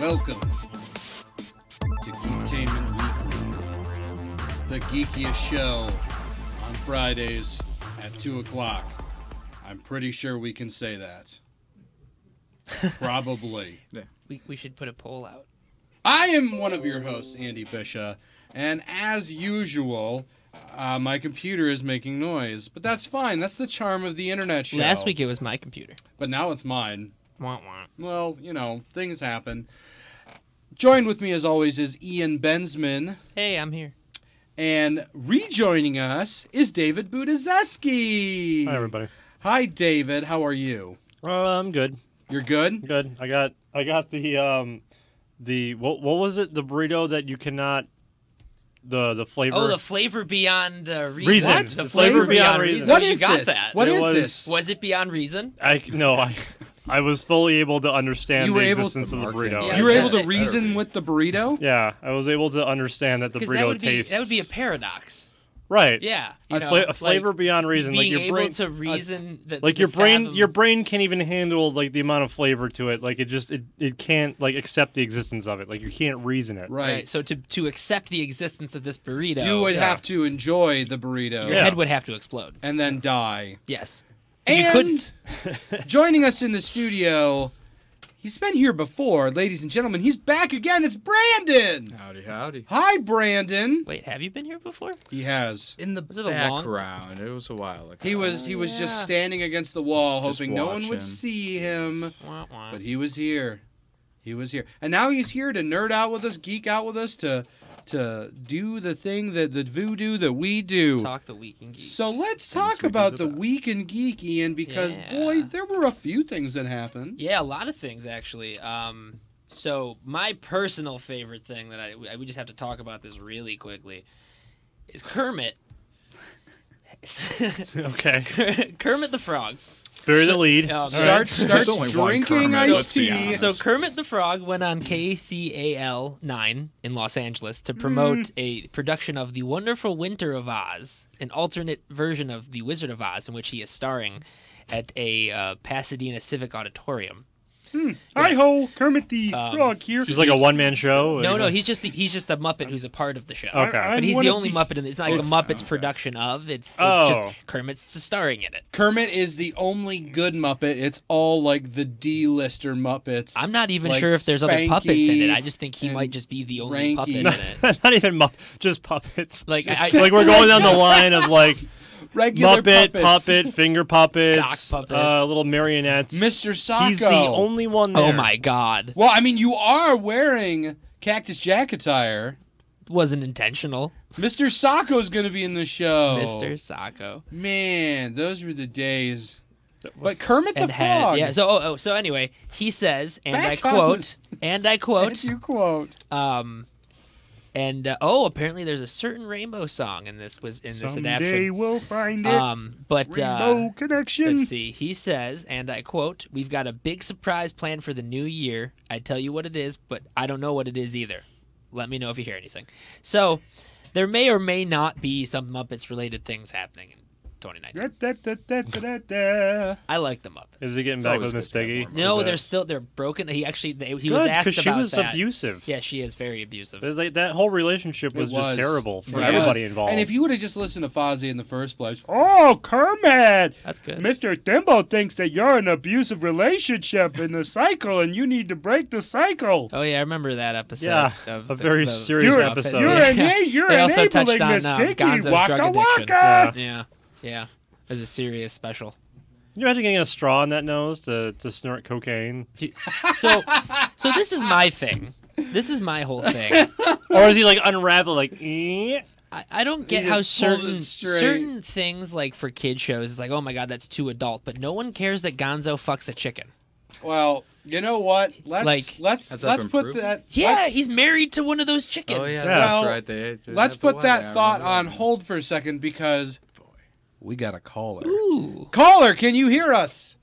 Welcome to Geektainment Weekly, the geekiest show on Fridays at 2 o'clock. I'm pretty sure we can say that. Probably. We, we should put a poll out. I am one of your hosts, Andy Bisha, and as usual, uh, my computer is making noise, but that's fine. That's the charm of the internet show. Last week it was my computer. But now it's mine. Wah, wah. Well, you know, things happen. Joined with me as always is Ian Bensman, Hey, I'm here. and rejoining us is David Budizeski. Hi everybody. Hi, David. How are you? Uh, I'm good. You're good. Good. I got I got the um the what what was it the burrito that you cannot the the flavor Oh, the flavor beyond uh, reason. Reason. What? The flavor beyond reason. What You is got this? that. What It is was- this? was it beyond reason? I no I I was fully able to understand You were the able to- existence of the burrito. Yeah, you were it's able gotta to say- reason with the burrito. yeah, I was able to understand that the Because that burrito would be tastes that would be a paradox. right. Yeah, you A know, fla- a like flavor beyond reason, like Being your able brain- to reason that Like the your brain, fathom- your brain can't even handle like the amount of flavor to it. Like it just, it, it can't like accept the existence of it. Like you can't reason it. Right. right. So to to accept the existence of this burrito, you would yeah, have to enjoy the burrito your Yeah. head would have to explode. and then die. Yes, and you couldn't. joining us in the studio, he's been here before, ladies and gentlemen. He's back again. It's Brandon. Howdy, howdy. Hi, Brandon. Wait, have you been here before? He has. In the Was it a long- background, it was a while ago. He was he was just yeah. standing against the wall, Just hoping no one watching. would see him. Wah, wah. But he was here. He was here, and now he's here to nerd out with us, geek out with us, to to do the thing that the voodoo that we do. Talk the week and geek. So let's Things talk we do about the the best. week in geek, Ian, because Yeah. boy, there were a few things that happened. Yeah, a lot of things actually. Um, so my personal favorite thing that I we- we just have to talk about this really quickly is Kermit. Okay. Kermit the Frog. Bury the lead. Um, All Start right. There's only starts one drinking Kermit, iced let's be tea. honest. So Kermit the Frog went on KCAL 9 in Los Angeles to promote a production of The Wonderful Winter of Oz, an alternate version of The Wizard of Oz in which he is starring at a uh, Pasadena Civic Auditorium. Hi ho, Kermit the Frog here. He's Um, like a one man show. No, no, he's just the, he's just a Muppet who's a part of the show. Okay. I- I'm But he's one the of only Muppet in it. It's not like a It's- Muppets production of. It's it's Oh. just Kermit's just starring in it. Kermit is the only good Muppet. It's all like the D-lister Muppets. I'm not even Like sure if there's other puppets in it. Spanky I just think he and might just be the only Ranky. puppet in No. it. not even Mupp- just puppets. Like I, Like we're going down the line of like regular Muppet, puppets. puppet, finger puppets, Sock puppets. uh, little marionettes. Mr. Socko. He's the only one. There. oh my god, Well, I mean, you are wearing Cactus Jack attire. wasn't intentional, Mr. Sacco's going to be in the show. Mister Sacco. Man, those were the days. But Kermit And the had- Frog. yeah. So oh, oh, so anyway, he says, and Back I on quote, and I what quote, you quote? um, and uh, oh, apparently there's a certain Rainbow song in this was in this Someday adaptation. we'll find it. Um, but Rainbow uh, connection. Let's see. He says, and I quote, We've got a big surprise planned for the new year. I tell you what it is, but I don't know what it is either. Let me know if you hear anything. So, there may or may not be some Muppets related things happening in 2019. Da, da, da, da, da, da. I like the Muppets. Is he getting It's back always with Miss good to have Piggy? more No, Is that- they're still they're broken. He actually they, he good was asked she about was that. abusive. Yeah, she is very abusive. It's like that whole relationship was, It just terrible It for was. everybody involved. And if you would have just listened to Fozzie in the first place, Oh, Kermit! That's good. Mr. Thimble thinks that you're in an abusive relationship in the cycle and you need to break the cycle. Oh yeah, I remember that episode. Yeah, of the- a very the- serious the You're, Muppets. episode. you're, Yeah. ena- you're They also enabling touched on, Miss uh, Piggy. Gonzo's drug waka addiction. waka! Yeah. Yeah, yeah. It was a serious special. Can you imagine getting a straw in that nose to, to snort cocaine, So, so this is my thing. This is my whole thing. or is he like unravel like? "Eh?" I, I don't get He how just pulls it certain straight. certain things like for kid shows, it's like, oh my god, that's too adult. But no one cares that Gonzo fucks a chicken. well, you know what? Let's Like- let's That's up let's put that improvement? Yeah, let's- he's married to one of those chickens. Oh yeah, Well, that's right. They, they Let's have the put weather. I that thought on remember that. hold for a second because we got a caller. Ooh. Caller, can you hear us?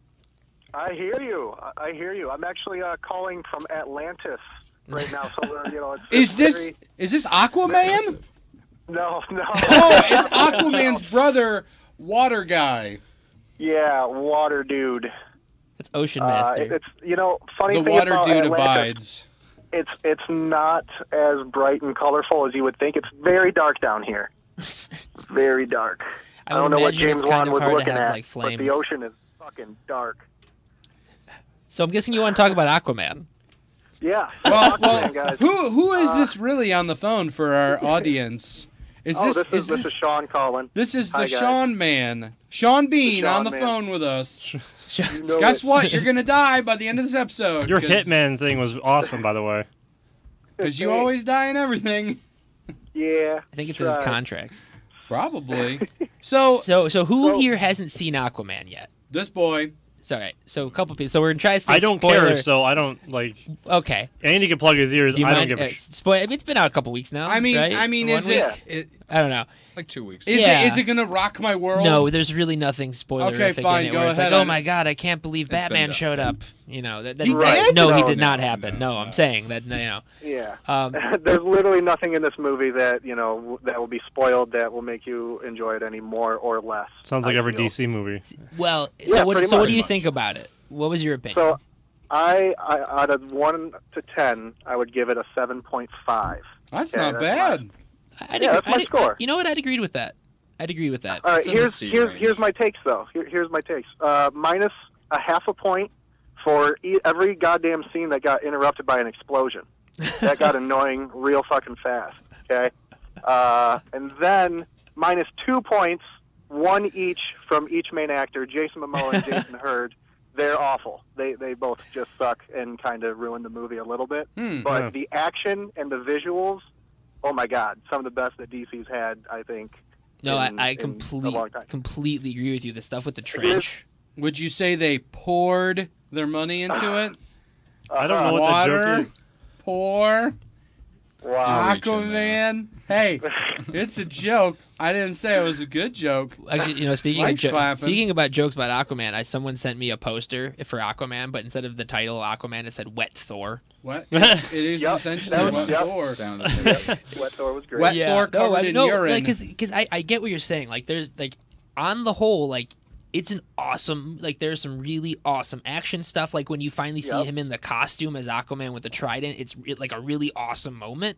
I hear you. I- I hear you. I'm actually uh, calling from Atlantis right now, so we're, you know, it's, Is it's this very- is this Aquaman? no, no. Oh, it's Aquaman's brother, Water Guy. yeah, water dude. That's Ocean Uh, Master. it's you know funny The thing water about dude Atlantis, abides. it's it's not as bright and colorful as you would think. It's very dark down here. very dark. I don't would know what imagine it's James kind Wan of was hard to looking have, at, like, but flames. the ocean is fucking dark. So I'm guessing you want to talk about Aquaman. Yeah. Well, Fuck, man, well guys. Uh, who who is this really on the phone for our audience? Is Oh, this, this, is this is Sean calling. this is the Hi, guys. Sean man, Sean Bean Sean on the man. phone with us. You know Guess it. what? You're gonna die by the end of this episode. Your 'cause- hitman thing was awesome, by the way. Because you always die in everything. Yeah. I think it's in that's his right. contracts. Probably. So So so who Well- here hasn't seen Aquaman yet? this boy, It's all right. So a couple people. So we're gonna try to. Stay I don't spoiler. care, so I don't like. okay. Andy can plug his ears. Do you I don't mind? give a uh, sh- spoil. I mean, it's been out a couple weeks now. I mean, right? I mean, One is week? it, week? it- I don't know. Like two weeks. is Yeah. it is it gonna rock my world? No, there's really nothing spoilerific fine, in it. go where it's ahead. like, I- oh my god, I can't believe been Batman done. showed up. You know, that, that, He that- did? No, he No, did no, not happen. No, no, I'm no. saying that. You know, Yeah. um, There's literally nothing in this movie that you know w- that will be spoiled that will make you enjoy it any more or less. Sounds like I every feel. DC movie. well, Yeah, so what? pretty So what much. do you think about it? What was your opinion? So, I, I out of one to ten, I would give it a seven point five. that's Yeah, not that's bad. fine. I- I'd yeah, agree- that's my I'd- score. You know what? I'd agreed with that. I'd agree with that. All right, It's in the here's C here's range. here's my takes though. Here, here's my takes. Uh, minus a half a point for e- every goddamn scene that got interrupted by an explosion. that got annoying real fucking fast. Okay, uh, and then minus two points, one each from each main actor, Jason Momoa and Jason Hurd. They're awful. They they both just suck and kind of ruin the movie a little bit. Hmm. But Yeah. the action and the visuals, oh my god, some of the best that DC's had, I think. No, I, in- I in a complete, long time. completely agree with you. The stuff with the here's- trench. Would you say they poured their money into it? I don't know what the Water, joke is. pour, Wow. I'll reach in Aquaman. Hey, it's a joke. I didn't say it was a good joke. Actually, you know, speaking of Mike's jo- clapping. speaking about jokes about Aquaman, I someone sent me a poster for Aquaman, but instead of the title Aquaman, it said Wet Thor. What? It is Yep, essentially that what was- yep. Thor. Down to the Wet Thor was great. Wet Thor covered no, I- in no, urine. because because I, I get what you're saying. Like there's like on the whole like. It's an awesome, like there's some really awesome action stuff. Like when you finally see Yep. him in the costume as Aquaman with the trident, it's re- like a really awesome moment.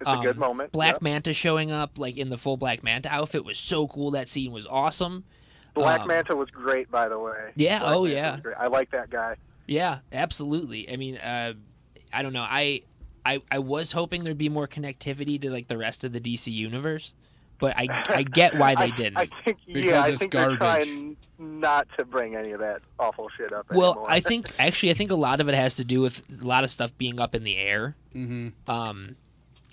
It's a good moment. um, Black Yep. Manta showing up like in the full Black Manta outfit was so cool. That scene was awesome. Black um, Manta was great, by the way. Yeah, Black oh, Manta yeah. was great. I like that guy. Yeah, absolutely. I mean, uh, I don't know. I, I I was hoping there'd be more connectivity to like the rest of the DC universe, but I I get why I, they didn't. I think yeah, Because I it's think garbage. they're trying not to bring any of that awful shit up. well, anymore. I think actually I think a lot of it has to do with a lot of stuff being up in the air. hmm Um,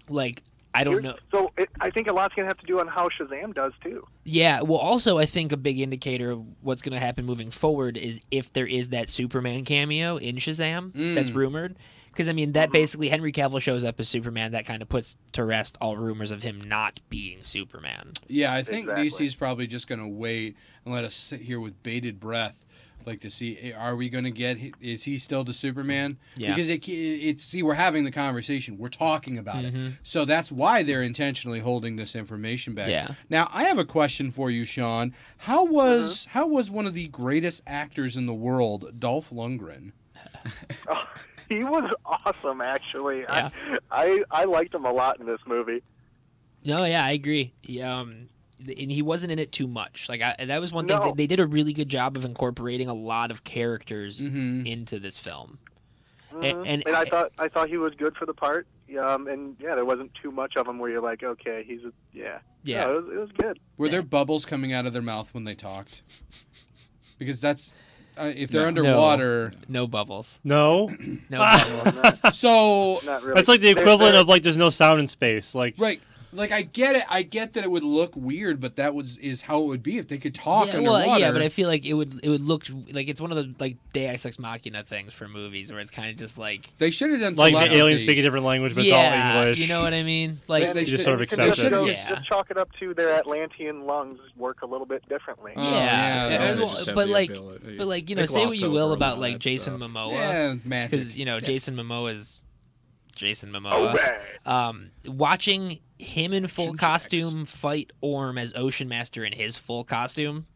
like Oh, I don't know. So it, I think a lot's gonna have to do on how Shazam does too. Yeah. Well, also I think a big indicator of what's going to happen moving forward is if there is that Superman cameo in Shazam Mm. that's Mm-hmm. rumored. Because I mean, that basically Henry Cavill shows up as Superman. That kind of puts to rest all rumors of him not being Superman. Yeah, I think Exactly. DC's probably just going to wait and let us sit here with bated breath, like to see eh, are we going to get is he still the Superman? Yeah. Because it, ca- it's see we're having the conversation, we're talking about it, Mhm. so that's why they're intentionally holding this information back. Yeah. Now I have a question for you, Sean. How was how was one of the greatest actors in the world, Dolph Lundgren? Oh, he was awesome, actually. Yeah. I, I I liked him a lot in this movie. No, yeah, I agree. He, um, th- and he wasn't in it too much. Like I, that was one thing No. that they did a really good job of incorporating a lot of characters Mm-hmm. into this film. Mhm. And- and- I thought I thought he was good for the part. Um, and yeah, there wasn't too much of him where you're like, okay, he's a, yeah, Yeah, No, it, was, it was good. Were there bubbles coming out of their mouth when they talked? Because that's uh, if they're No. underwater. no bubbles, No, no bubbles. So Not really. that's like the There- equivalent there- of like there's no sound in space. Like Right. Like I get it. I get that it would look weird, but that was is how it would be if they could talk yeah, underwater. well, yeah, but I feel like it would it would look like it's one of the like Deus Ex Machina things for movies where it's kind of just like they should have done like the telepathy. aliens speak a different language, but yeah, it's all English. you know what I mean? They- Like they You just should- sort of They they accept should should it. have- Yeah. Just, just chalk it up to their Atlantean lungs work a little bit differently. Oh, yeah, yeah, and- they well, just but like but like you know, say what you will about like Jason Momoa. Yeah, magic. because you know Jason Momoa is Jason uh, Oh, Momoa. Um, watching him in full costume fight Orm as Ocean Master in his full costume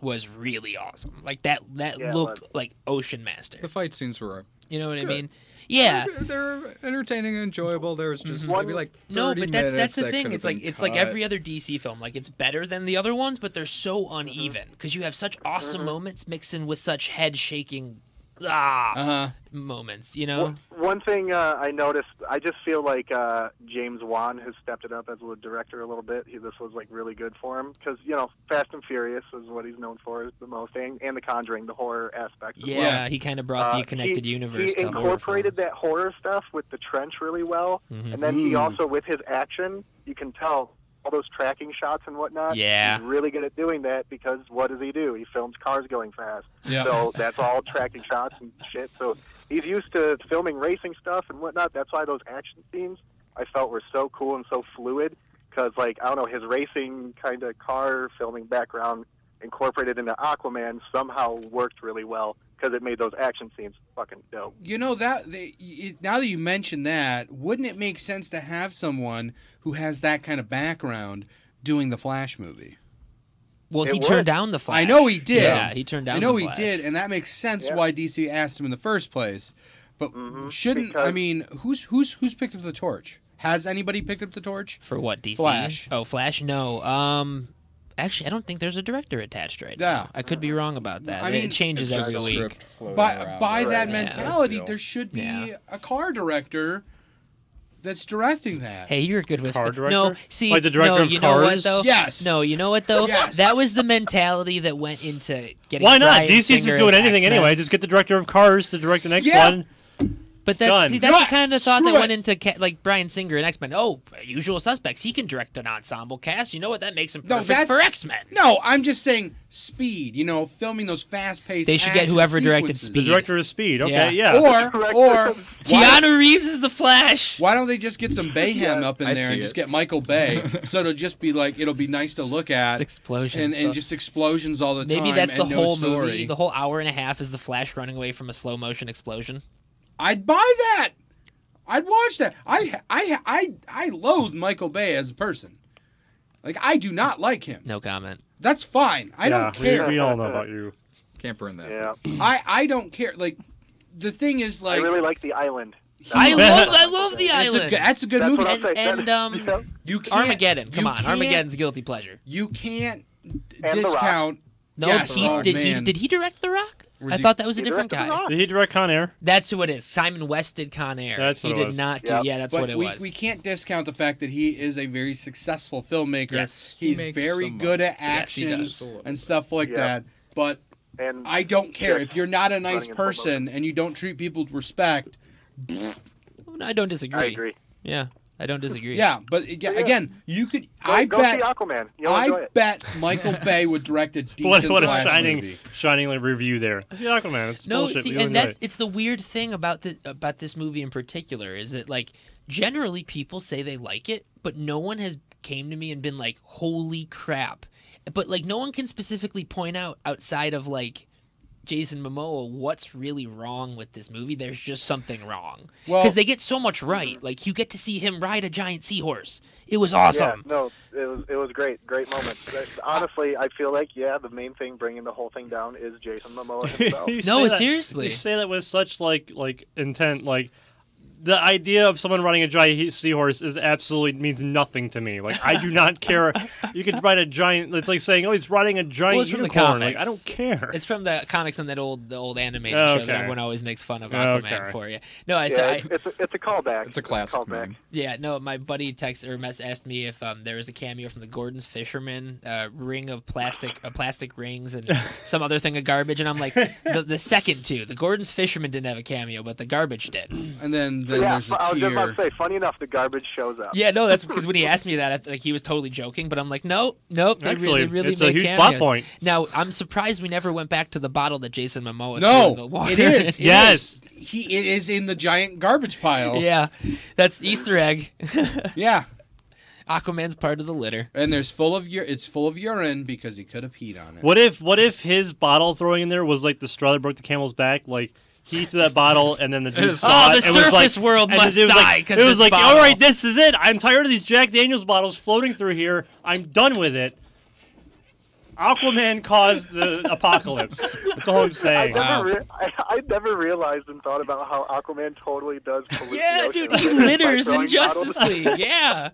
was really awesome. Like that that Yeah, it looked like Ocean Master. The fight scenes were You know what I mean? Yeah. They're, they're entertaining and enjoyable. There was just One- maybe like 30 No, but that's that's minutes the that thing. could've It's like been it's like cut. every other DC film. Like it's better than the other ones, but they're so uneven because you have such awesome moments mixed in with such head shaking ah Uh huh. moments. You know, One thing uh, I noticed, I just feel like uh, James Wan has stepped it up as a director a little bit. He, this was like really good for him because you know Fast and Furious is what he's known for the most, and, and The Conjuring, the horror aspect. as yeah, well. he kind of brought Uh, the connected he, universe. He to horror incorporated films. that horror stuff with the trench really well, and then Mm-hmm. he Mhm. also with his action, you can tell all those tracking shots and whatnot. Yeah. he's really good at doing that because what does he do? He films cars going fast, Yeah. so that's all tracking shots and shit. So he's used to filming racing stuff and whatnot. That's why those action scenes I felt were so cool and so fluid because, like, I don't know, his racing kind of car filming background incorporated into Aquaman somehow worked really well because it made those action scenes fucking dope. You know that the, it, now that you mention that, wouldn't it make sense to have someone who has that kind of background doing the Flash movie? Well, he It turned worked. down the flash. I know he did. Yeah, he turned down. I know the he Flash. did, and that makes sense Yeah. why DC asked him in the first place. But Mhm, shouldn't I because- mean who's who's who's picked up the torch? Has anybody picked up the torch? for what DC? Flash. Oh, Flash. No. Um, actually, I don't think there's a director attached right Yeah. now. I could be wrong about that. I it mean, changes It's just every a week. script floating By around by there. that Yeah. mentality, Yeah. there should be Yeah. a car director that's directing that. Hey, you're good with Car the- No, director? see, Like the director no, of you know what Cars? though? Yes. No, you know what though? Yes. That was the mentality that went into getting. Why not? Bryan DC's Singer just doing as anything X-Men. anyway. Just get the director of Cars to direct the next Yeah. one. But that's Done. see, that's the Right. kind of thought Screw that went it. into ca- like Brian Singer and X Men. Oh, Usual Suspects. He can direct an ensemble cast. You know what? That makes him No, perfect that's- for X Men. No, I'm just saying speed. You know, filming those fast-paced. They should get action whoever directed sequences. Speed. The director of Speed. Okay, Yeah. yeah. Or or why, Keanu Reeves is the Flash. why don't they just get some Bayhem up in I'd there and see just it. get Michael Bay? so it'll just be like it'll be nice to look at. It's explosions and, and though. just explosions all the time. Maybe that's and the no whole story. movie. The whole hour and a half is the Flash running away from a slow motion explosion. I'd buy that. I'd watch that. I I I I loathe Michael Bay as a person. Like I do not like him. No comment. That's fine. I Yeah, don't care. We, we all know about you. Can't burn that. Yeah, I I don't care. Like the thing is I like really like the island. I love I love the it's a island. good- that's a good That's movie. what I'm And saying. and, That- um, you know, you can't, Armageddon. Come you on, can't- Armageddon's guilty pleasure. You can't d- And The Rock. discount. No, Yes. he Oh, did. He man. did he direct The Rock? Was I he- thought that was a he different directed The guy. Rock. Did he direct Con Air? That's who it is. Simon West did Con Air. That's he what it did was. not do. Yep. Yeah, that's but what it we, was. we can't discount the fact that he is a very successful filmmaker. Yes. He's He makes very some good at Yes, he action does. and stuff like Yeah. that. But And I don't care if you're not a nice Running in full motion. person and you don't treat people with respect. I don't disagree. I agree. Yeah, I don't disagree. Yeah, but aga- again, you could. Go, I go bet. see Aquaman. You'll enjoy I it. bet Michael Bay would direct a decent What, what a Flash shining, movie. shining review there. It's the Aquaman. It's No, bullshit. see, We and enjoy that's it. it's the weird thing about the about this movie in particular is that like generally people say they like it, but no one has came to me and been like, "Holy crap!" But like no one can specifically point out outside of like Jason Momoa what's really wrong with this movie. There's just something wrong because Well- they get so much right. Like you get to see him ride a giant seahorse. It was awesome. Yeah, no, it was it was great, great moment. But uh, honestly, I feel like yeah, the main thing bringing the whole thing down is Jason Momoa himself. You No, say that- seriously. You say that with such like like intent. Like the idea of someone running a giant he- seahorse is absolutely means nothing to me. Like I do not care. You could ride a giant. It's like saying, oh, he's riding a giant Well, it's from the unicorn. like I comics. don't care. It's from the comics and that old the old animated show Oh, Okay. Oh, that everyone always makes fun of Aquaman Okay. for. Yeah, no, I yeah, said. I, it's, it's, a, it's a callback. It's a classic, man. callback. Yeah, no, my buddy text or mess asked me if um, there was a cameo from the Gordon's fisherman uh, ring of plastic, uh, plastic rings, and some other thing of garbage, and I'm like, the, the second two, the Gordon's fisherman didn't have a cameo, but the garbage did. And then, then yeah, there's a I was just about tier. to say. Funny enough, the garbage shows up. Yeah, no, that's because when he asked me that, I, th- like he was totally joking, but I'm like, no, nope, they Actually, really, really it's a make huge cameos. plot point. Now I'm surprised we never went back to the bottle that Jason Momoa threw in the No, water. it is. it Yes. is. he it is in the giant garbage pile. yeah, that's Easter egg. yeah. Aquaman's part of the litter. And there's full of ur- it's full of urine because he could have peed on it. What if what if his bottle throwing in there was like the straw that broke the camel's back? Like he threw that bottle and then the dude Oh, saw the it and was like- surface world and must it was die like, 'cause it was this like bottle." all right, this is it. I'm tired of these Jack Daniels bottles floating through here. I'm done with it. Aquaman caused the apocalypse. That's all I'm I saying. Wow. never, rea- I, I never realized and thought about how Aquaman totally does. pollute the Yeah, ocean dude, by he litters in throwing bottles. Justice League. Yeah.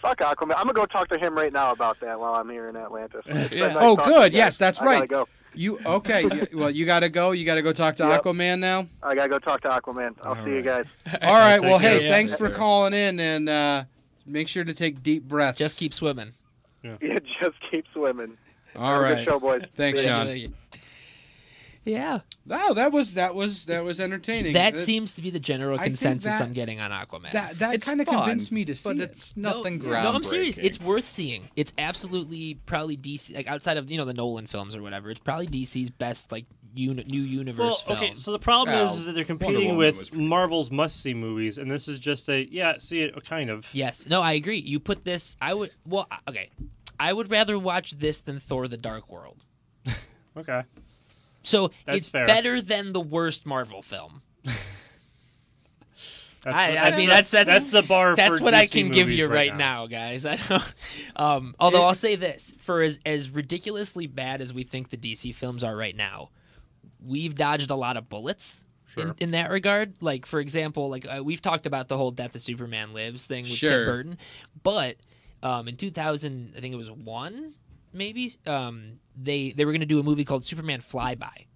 Fuck Aquaman. I'm gonna go talk to him right now about that while I'm here in Atlantis. It's been Yeah. nice Oh, talking to good. you Yes, guys. that's I gotta right. go. You okay? you- well, you gotta go. You gotta go talk to Yep. Aquaman now. I gotta go talk to Aquaman. I'll see you guys. All right. Well, care. hey, Yeah. thanks for calling in, and uh, make sure to take deep breaths. Just keep swimming. Yeah, just keep swimming. All Have a right. Good show, boys. Thanks, Sean. Yeah. Wow, that was that was that was entertaining. That That- seems to be the general I think consensus that- I'm getting on Aquaman. that that It's kind of fun, convinced me to see but it. it's nothing groundbreaking. no, I'm serious. It's worth seeing. It's absolutely probably DC, like outside of you know the Nolan films or whatever. It's probably DC's best like uni- new universe well, film. okay. So the problem Well, is, is that they're Woman competing was with pretty Marvel's must-see movies, and this is just a yeah, see it kind of. Yes. No, I agree. You put this. I would. Well, I- okay. I would rather watch this than Thor: The Dark World. Okay. So That's it's fair. better than the worst Marvel film. That's I- the- I mean, that's- that's- the bar. That's for what I DC can give movies you right, now. now. guys. I don't. Um, although I'll say this: for as as ridiculously bad as we think the DC films are right now, we've dodged a lot of bullets. In, Sure. in that regard, like for example, like uh, we've talked about the whole "Death of Superman Lives" thing with Sure. Tim Burton, but um, in 2000, I think it was one, maybe um, they they were going to do a movie called Superman Flyby,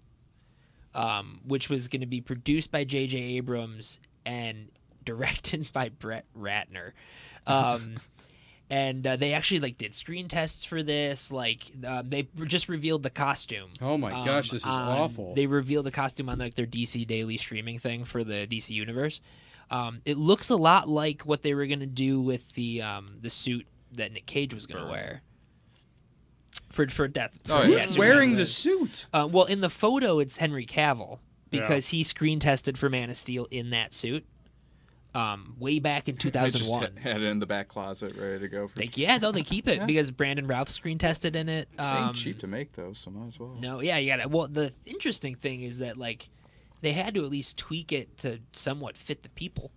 um, which was going to be produced by J.J. Abrams and directed by Brett Ratner. Um, and uh, they actually like did screen tests for this. Like um, they re- just revealed the costume. Oh my um, gosh, this is on- awful. They revealed the costume on like their DC daily streaming thing for the DC universe. Um, it looks a lot like what they were gonna do with the um, the suit that Nick Cage was gonna wear. For, for death. Oh, for- yeah. yeah, Who's Superman wearing the Lives. suit? Uh, well, in the photo, it's Henry Cavill because he screen tested for Man of Steel in that suit, um, way back in I just 2001. had- had it in the back closet, ready to go. For They, yeah, no, they keep it because Brandon Routh screen tested in it. They ain't Um, cheap to make those, so might as well. No, yeah, you got to Well, the interesting thing is that like they had to at least tweak it to somewhat fit the people.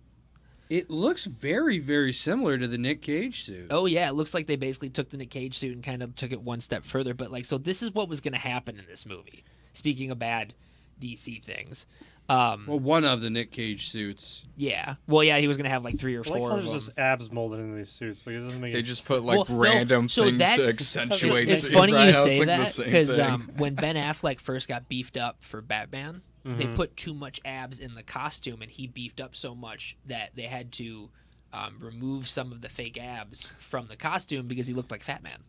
It looks very very similar to the Nick Cage suit. Oh yeah, it looks like they basically took the Nick Cage suit and kind of took it one step further. But like, so this is what was going to happen in this movie. Speaking of bad DC things, um, Well, one of the Nick Cage suits. yeah, well, yeah, he was going to have like three or I like four how of there's them. just abs molded into these suits. Like it doesn't make They any just put like Well, no, random so things that's- to it's- accentuate. It's, it, it's funny right? I you was say thinking the that same because thing. um, when Ben Affleck first got beefed up for Batman, they put too much abs in the costume, and he beefed up so much that they had to um, remove some of the fake abs from the costume because he looked like Fat Man.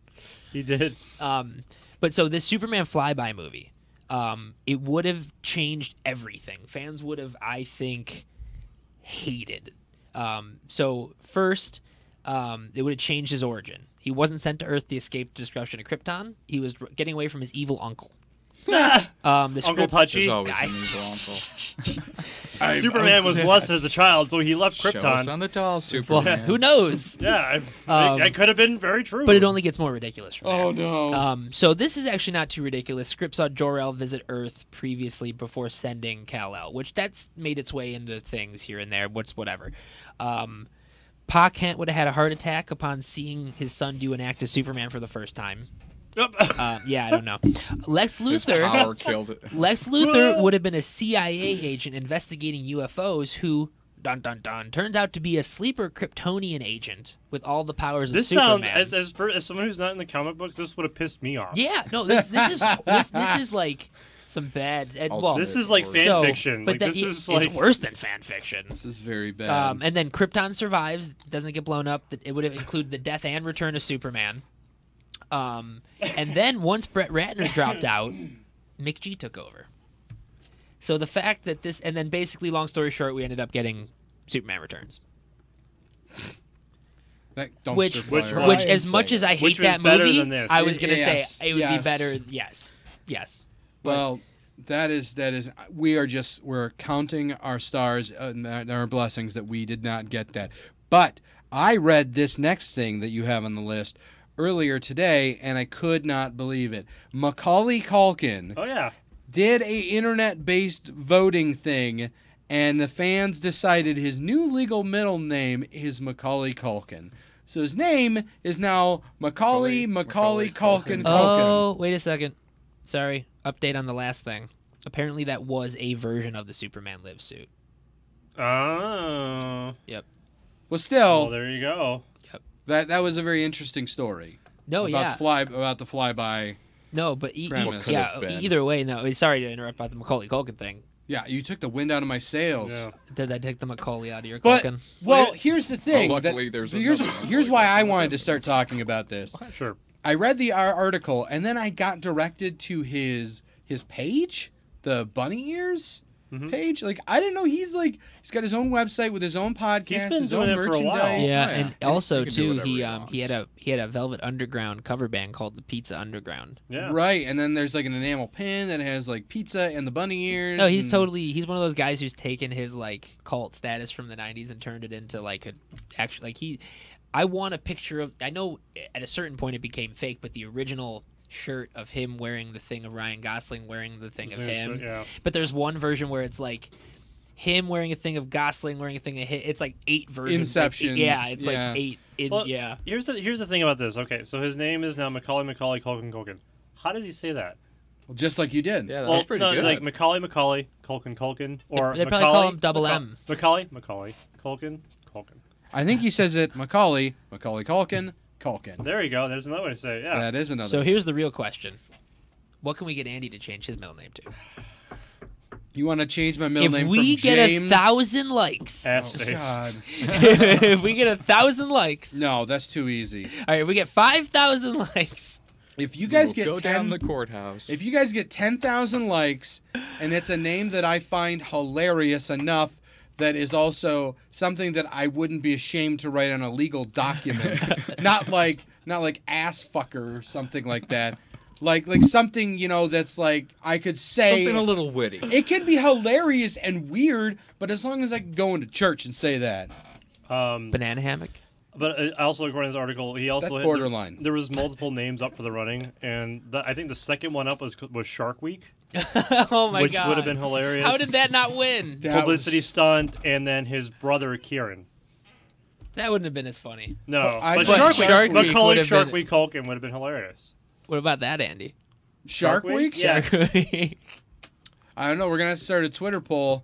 He did. Um, but so this Superman flyby movie, um, it would have changed everything. Fans would have, I think, hated. Um, so first, um, it would have changed his origin. He wasn't sent to Earth to escape the destruction of Krypton. He was r- getting away from his evil uncle. um, the Uncle script- Touchy. There's always guy. an evil uncle. Superman was blessed as a child, so he left Show us Krypton. on the doll, Well, Superman. who knows? Yeah, I, Um, that could have been very true. But it only gets more ridiculous from there. Oh no. Uh, Um, so this is actually not too ridiculous. Script saw Jor-El visit Earth previously before sending Kal-El, which that's made its way into things here and there. What's whatever. Um, Pa Kent would have had a heart attack upon seeing his son do an act as Superman for the first time. Uh, yeah, I don't know. Lex His Luthor. power killed it. Lex Luthor would have been a CIA agent investigating UFOs who dun dun dun turns out to be a sleeper Kryptonian agent with all the powers this of Superman. sounds as as, per, as someone who's not in the comic books, this would have pissed me off. Yeah, no, this this is this, this is like some bad. And, well, Oh, This is like fan so, fiction. but Like, that this i- is like it's worse than fan fiction. this is very bad. Um, and then Krypton survives, doesn't get blown up. It would have included the death and return of Superman. Um, and then once Brett Ratner dropped out, Mick G took over. So the fact that this, and then basically, long story short, we ended up getting Superman Returns, That dumpster which fire. Which which, one? as much as I hate Which was that better movie, than this. I was gonna Yes, say it would yes. be better. Yes, yes. Well, that is that is we are just we're counting our stars and our, our blessings that we did not get that. But I read this next thing that you have on the list earlier today and I could not believe it. Macaulay Culkin oh yeah. did a internet-based voting thing and the fans decided his new legal middle name is Macaulay Culkin. So his name is now Macaulay Macaulay, Culkin Culkin. Oh, wait a second. Sorry. Update on the last thing. Apparently, that was a version of the Superman Live suit. Oh. Yep. Well, Well, still, there you go. that that was a very interesting story about No, Oh, yeah. the fly about the flyby. no, but e- e- premise. Could yeah. have been. Either way, no. eh, Sorry to interrupt about the Macaulay Culkin thing. Yeah, you took the wind out of my sails. Yeah. Did I take the Macaulay out of your But Culkin? well, here's the thing. Oh, luckily that- there's here's another one. here's why I wanted to start talking about this. Sure. I read the ar- article and then I got directed to his his page, the bunny ears page. Like I didn't know he's like he's got his own website with his own podcast, been his doing own it for a while. merchandise. yeah, and also he can do too, whatever he he um he had a he had a Velvet Underground cover band called the Pizza Underground. Yeah. Right, and then there's like an enamel pin that has like pizza and the bunny ears. No, he's Mm. and- totally he's one of those guys who's taken his like cult status from the '90s and turned it into like a actually like he. I want a picture of. I know at a certain point it became fake, but the original shirt of him wearing the thing of Ryan Gosling wearing the thing of him. Yeah. But there's one version where it's like him wearing a thing of Gosling wearing a thing of him. It's like eight versions. like, Inceptions, yeah, it's yeah. like eight. In, Well, yeah. Here's the here's the thing about this. Okay, so his name is now Macaulay Macaulay Culkin Culkin. How does he say that? just like you did. Yeah, that's well, pretty no, good. it's like Macaulay Macaulay Culkin Culkin, or They- they probably Macaulay, call him double Maca- M. Macaulay Macaulay Culkin Culkin. I think he says it Macaulay, Macaulay Culkin, Culkin. There you go. There's another way to say. It. Yeah. That is another. So here's the real question: What can we get Andy to change his middle name to? you want to change my middle If name? we from get James? a thousand likes, Ass face. God, if we get a thousand likes, no, that's too easy. all right, if we get five thousand likes. If you We guys will get go 10, down the courthouse. if you guys get ten thousand likes, and it's a name that I find hilarious enough that is also something that I wouldn't be ashamed to write on a legal document, not like not like ass fucker or something like that, like like something you know that's like I could say something a little witty. It can be hilarious and weird, but as long as I can go into church and say that, Um, Banana hammock. but uh, also according to this article, he also That's hit- borderline. There, was multiple names up for the running, and the, I think the second one up was was Shark Week, oh my which god! would have been hilarious. How did that not win? That publicity was- stunt? And then his brother Kieran. That wouldn't have been as funny. No, I- but but Shark Week, Shark Week Macaulay would have Shark been- Week Culkin would have been hilarious. What about that, Andy? Shark Week. Yeah. I don't know. We're gonna have to start a Twitter poll.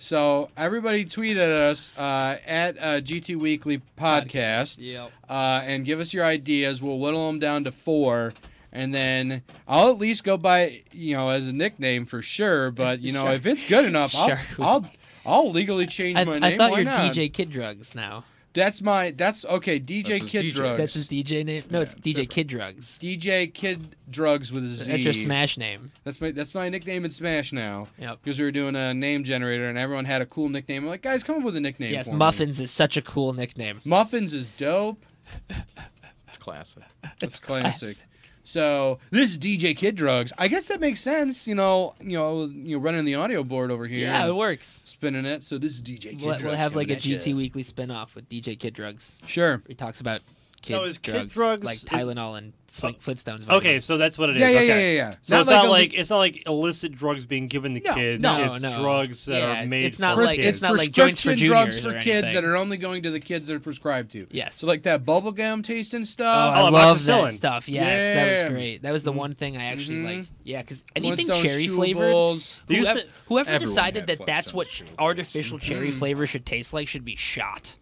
So everybody tweet at us uh, at uh, GT Weekly Podcast yep. uh, and give us your ideas. We'll whittle them down to four, and then I'll at least go by you know as a nickname for sure. But you know if it's good enough, I'll, Shark Week. I'll I'll legally change I, my I name. thought Why you're not? DJ Kid Drugs now. That's my that's okay. DJ That's his Kid DJ. Drugs. That's his DJ name. No, it's DJ Kid Drugs. DJ Kid Drugs with a Z. That's your Smash name. That's my that's my nickname in Smash now. Yep. Because we were doing a name generator and everyone had a cool nickname. I'm like, guys, come up with a nickname. Yes, for me." Muffins is such a cool nickname. Muffins is dope. It's classic. That's classic. So this is DJ Kid Drugs. I guess that makes sense. You know, you know, you know, running the audio board over here, Yeah, and it works. spinning it. So this is DJ Kid We'll, Drugs. we'll have like coming a at ya. GT Weekly spin off with DJ Kid Drugs. Sure. He talks about No, kids, is Kid drugs, Drugs like is- Tylenol and Flint, Flintstones. vitamins. Okay, so that's what it is. Yeah, yeah, yeah, okay. yeah, yeah. So Not it's like not a- like it's not like illicit drugs being given to No, kids. no, it's no. drugs that Yeah, are made. it's not for like- kids. it's not like joints for prescription drugs juniors for or kids anything. that are only going to the kids that are prescribed to. Yes. So like that bubblegum tasting Oh, stuff. I Oh, love amoxicillin. that stuff. Yes, that Yeah. was great. That was the one thing I actually Mhm. like. Yeah, because anything Flintstones cherry flavored. chewables. They used Whoever, to- whoever Everyone decided had that that's Flintstones what chewables. artificial cherry flavor should taste like should be shot.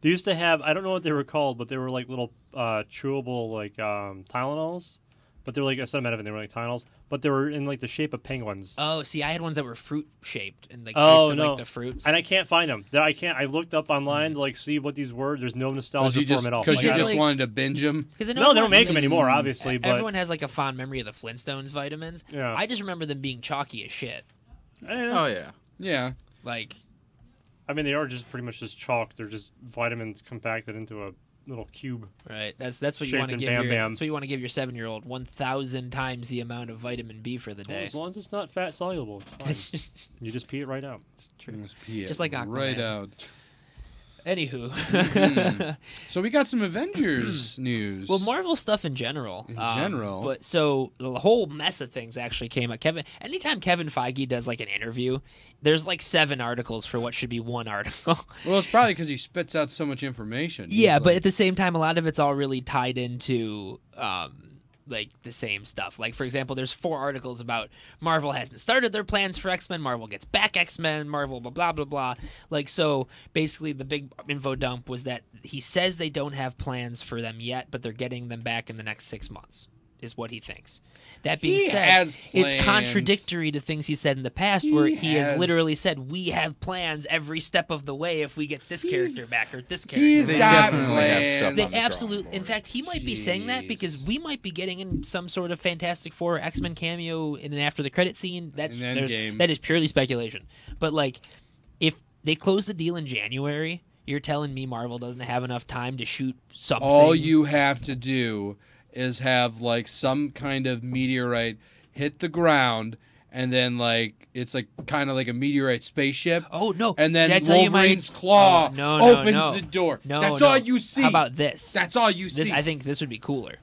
They used to have I don't know what they were called, but they were like little uh, chewable like um, Tylenols. But they were like a set of them. They were like Tylenols, but they were in like the shape of penguins. Oh, see, I had ones that were fruit shaped and like Oh, tasted no. like the fruits. and I can't find them. That I can't. I looked up online to like see what these were. There's no nostalgia Because Hmm. Oh, you just, for them at all. 'cause Like, you I just like- wanted to binge them. 'Cause I know don't- no, they don't everyone- make them anymore, obviously. But Everyone has like a fond memory of the Flintstones vitamins. Yeah. I just remember them being chalky as shit. Eh, Oh yeah. Yeah. Like I mean, they are just pretty much just chalk. They're just vitamins compacted into a little cube. Right. That's that's what you Shaped want to in give Bam your Bam. that's what you want to give your seven year old one thousand times the amount of vitamin B for the Well, day. as long as it's not fat soluble, it's fine. That's just- you just pee it right out. Must pee it Just like Aquaman. Right out. Anywho, So we got some Avengers news. well, Marvel stuff in general. In general. but so the whole mess of things actually came up. Kevin, anytime Kevin Feige does like an interview, there's like seven articles for what should be one article. Well, it's probably because he spits out so much information. He's yeah, but like- at the same time, a lot of it's all really tied into. Um, like the same stuff. Like for example, there's four articles about Marvel hasn't started their plans for X Men. Marvel gets back X Men. Marvel blah blah blah blah. Like so, basically the big info dump was that he says they don't have plans for them yet, but they're getting them back in the next six months. Is what he thinks. That being He said, has it's plans. contradictory to things he said in the past, where He he has, has- literally said, "We have plans every step of the way if we get this character back or this character." he's They back." got definitely have stuff plans. on They the drawing absolutely. In board. fact, he might be saying that because Jeez. we might be getting in some sort of Fantastic Four, X Men cameo in an after the credit scene. That's In there's- Endgame. that is purely speculation. But like, if they close the deal in January, you're telling me Marvel doesn't have enough time to shoot something. All you have to do is have like some kind of meteorite hit the ground, and then like it's like kind of like a meteorite spaceship. Oh no! And then Did I tell you my- Wolverine's claw Oh, no, no, opens no. the door. No, That's no. all you see. How about this? That's all you This, see. I think this would be cooler.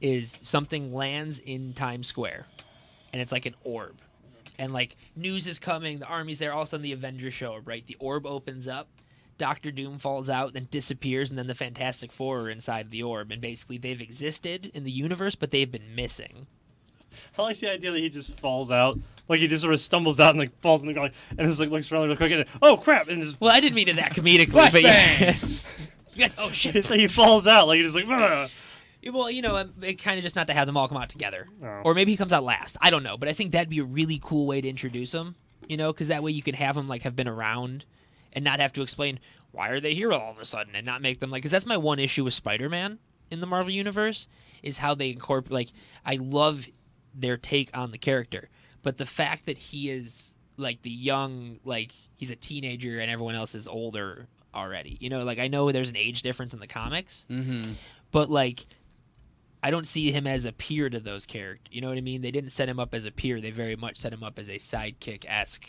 Is something lands in Times Square, and it's like an orb, and like news is coming, the army's there. All of a sudden, the Avengers show up. Right, the orb opens up. Doctor Doom falls out, then disappears, and then the Fantastic Four are inside the orb, and basically they've existed in the universe, but they've been missing. I like the idea that he just falls out. Like he just sort of stumbles out and like falls in the ground and just like looks around real quick and oh crap and just Well, I didn't mean it that comedically, but yes, yes. Oh shit! so he falls out like he just like "Ugh." Well, you know, um, it kind of just not to have them all come out together, Oh. or maybe he comes out last. I don't know, but I think that'd be a really cool way to introduce him. You know, because that way you can have them like have been around, and not have to explain why are they here all of a sudden, and not make them like. Because that's my one issue with Spider-Man in the Marvel universe is how they incorporate. Like, I love their take on the character, but the fact that he is like the young, like he's a teenager and everyone else is older already. You know, like I know there's an age difference in the comics, Mm-hmm. but like I don't see him as a peer to those characters. You know what I mean? They didn't set him up as a peer. They very much set him up as a sidekick esque.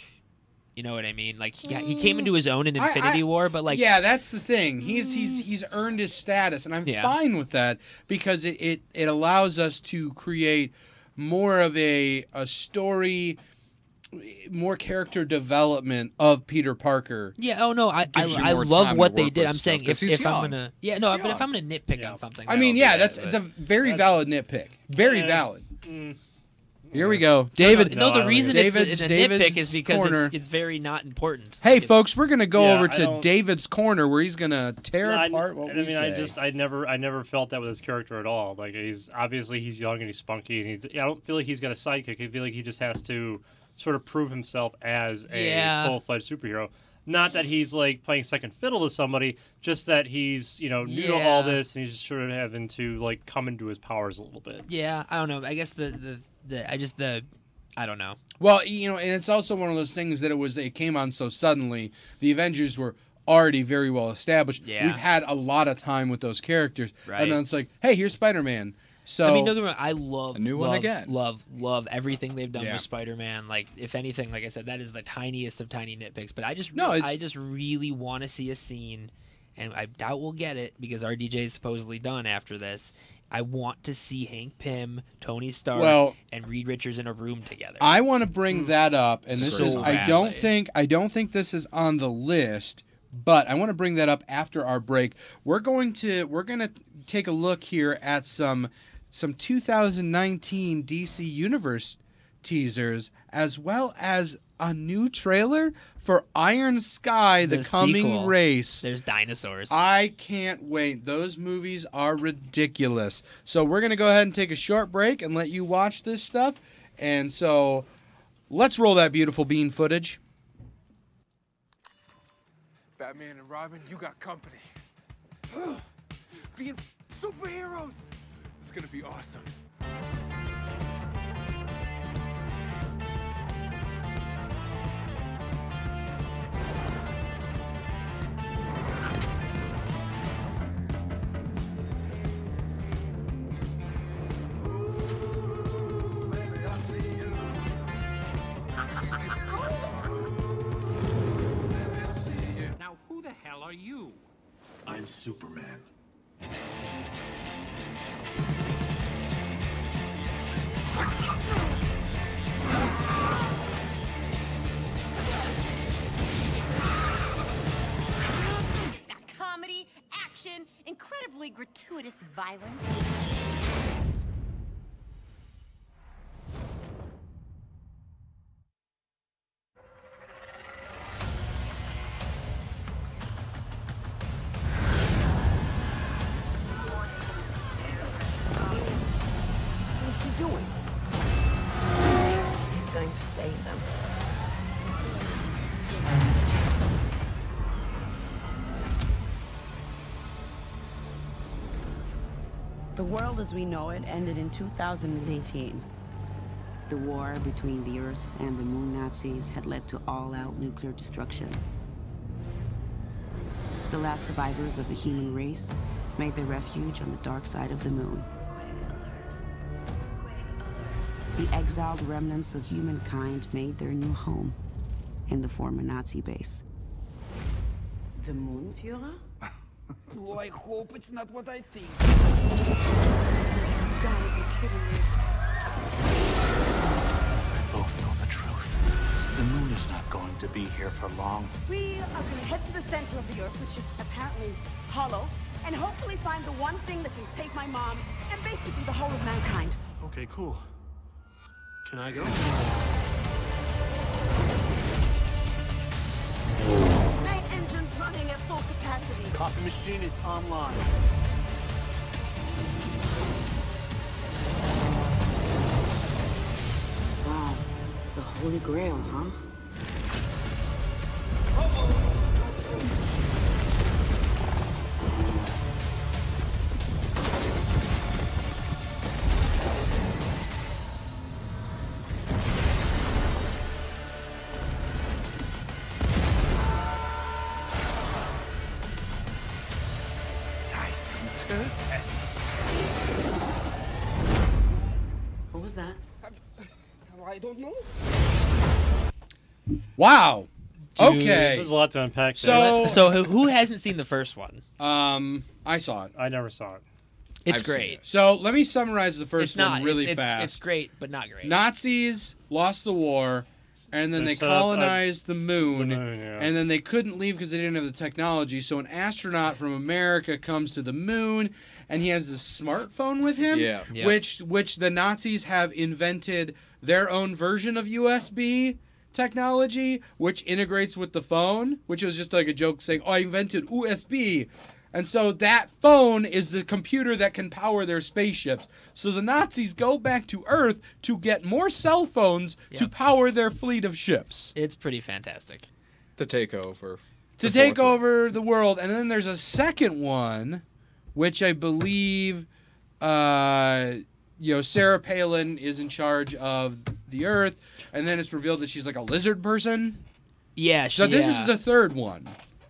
You know what I mean? Like he, got, he came into his own in I- Infinity I- War, but like Mm. yeah, that's the thing. He's he's he's earned his status, and I'm Yeah. fine with that because it, it it allows us to create more of a a story, more character development of Peter Parker. Yeah, oh no, I I, Gives you I more love time what to they work did. with I'm stuff, saying if, 'cause he's if I'm young. gonna yeah no, but if I'm gonna nitpick on something, I mean, that'll yeah, be that's it, it's but- a very valid nitpick. Very Yeah. valid. Mm. Here we go, David. No, No, I the don't reason it's a, David's- it's a nitpick David's is because corner. it's, it's very not important. Hey, It's- folks, we're gonna go Yeah, over I to don't- David's corner where he's gonna tear No, I- apart what I we mean, say. I just, I never, I never felt that with his character at all. Like he's obviously he's young and he's spunky, and he's. I don't feel like he's got a sidekick. I feel like he just has to sort of prove himself as a Yeah. full fledged superhero. Not that he's like playing second fiddle to somebody, just that he's you know new to Yeah. all this, and he's just sort of having to like come into his powers a little bit. Yeah, I don't know. I guess the the, the I just the I don't know. Well, you know, and it's also one of those things that it was it came on so suddenly. The Avengers were already very well established. Yeah. We've had a lot of time with those characters. Right. And then it's like, hey, here's Spider Man. So I mean, don't get me wrong. I love, A new one love, again. love, love everything they've done Yeah. with Spider-Man. Like, if anything, like I said, that is the tiniest of tiny nitpicks. But I just, No, it's- I just really want to see a scene, and I doubt we'll get it because RDJ is supposedly done after this. I want to see Hank Pym, Tony Stark, Well- and Reed Richards in a room together. I want to bring that up, and this So is I don't badly. think I don't think this is on the list, but I want to bring that up after our break. We're going to we're going to take a look here at some some 2019 DC Universe teasers as well as a new trailer for Iron Sky: The, The Coming sequel. Race. There's dinosaurs. I can't wait. Those movies are ridiculous. So we're going to go ahead and take a short break and let you watch this stuff. And so let's roll that beautiful bean footage. Batman and Robin, you got company. Being superheroes! It's gonna be awesome. Now, who the hell are you? I'm Superman. It's got comedy, action, incredibly gratuitous violence. What is she doing? She's going to save them. The world as we know it ended in 2018. The war between the Earth and the Moon Nazis had led to all out nuclear destruction. The last survivors of the human race made their refuge on the dark side of the moon. The exiled remnants of humankind made their new home in the former Nazi base. The moon, Führer? Oh, I hope it's not what I think. You gotta be kidding me. We both know the truth. The moon is not going to be here for long. We are going to head to the center of the Earth, which is apparently hollow, and hopefully find the one thing that can save my mom and basically the whole of mankind. Okay, cool. Can I go? Main engines running at full capacity. Coffee machine is online. Wow. The Holy Grail, huh? Zeit zum Töten. What was that? I don't know. Wow. Dude. Okay. There's a lot to unpack So, So who- who hasn't seen the first one? Um, I saw it. I never saw it. It's great. So let me summarize the first it's not one really it's, it's- fast. It's great, but not great. Nazis lost the war, and then They they, set up a- colonized the moon, moon, yeah. and then they couldn't leave because they didn't have the technology. So an astronaut from America comes to the moon, and he has this smartphone with him, Yeah. Yeah. which which the Nazis have invented their own version of USB technology, which integrates with the phone, which was just like a joke saying, "Oh, I invented USB." And so that phone is the computer that can power their spaceships. So the Nazis go back to Earth to get more cell phones to power their fleet of ships. It's pretty fantastic. To take over. To take over the world. And then there's a second one, which I believe uh you know, Sarah Palin is in charge of the Earth, and then it's revealed that she's like a lizard person. Yeah, So this yeah. is the third one.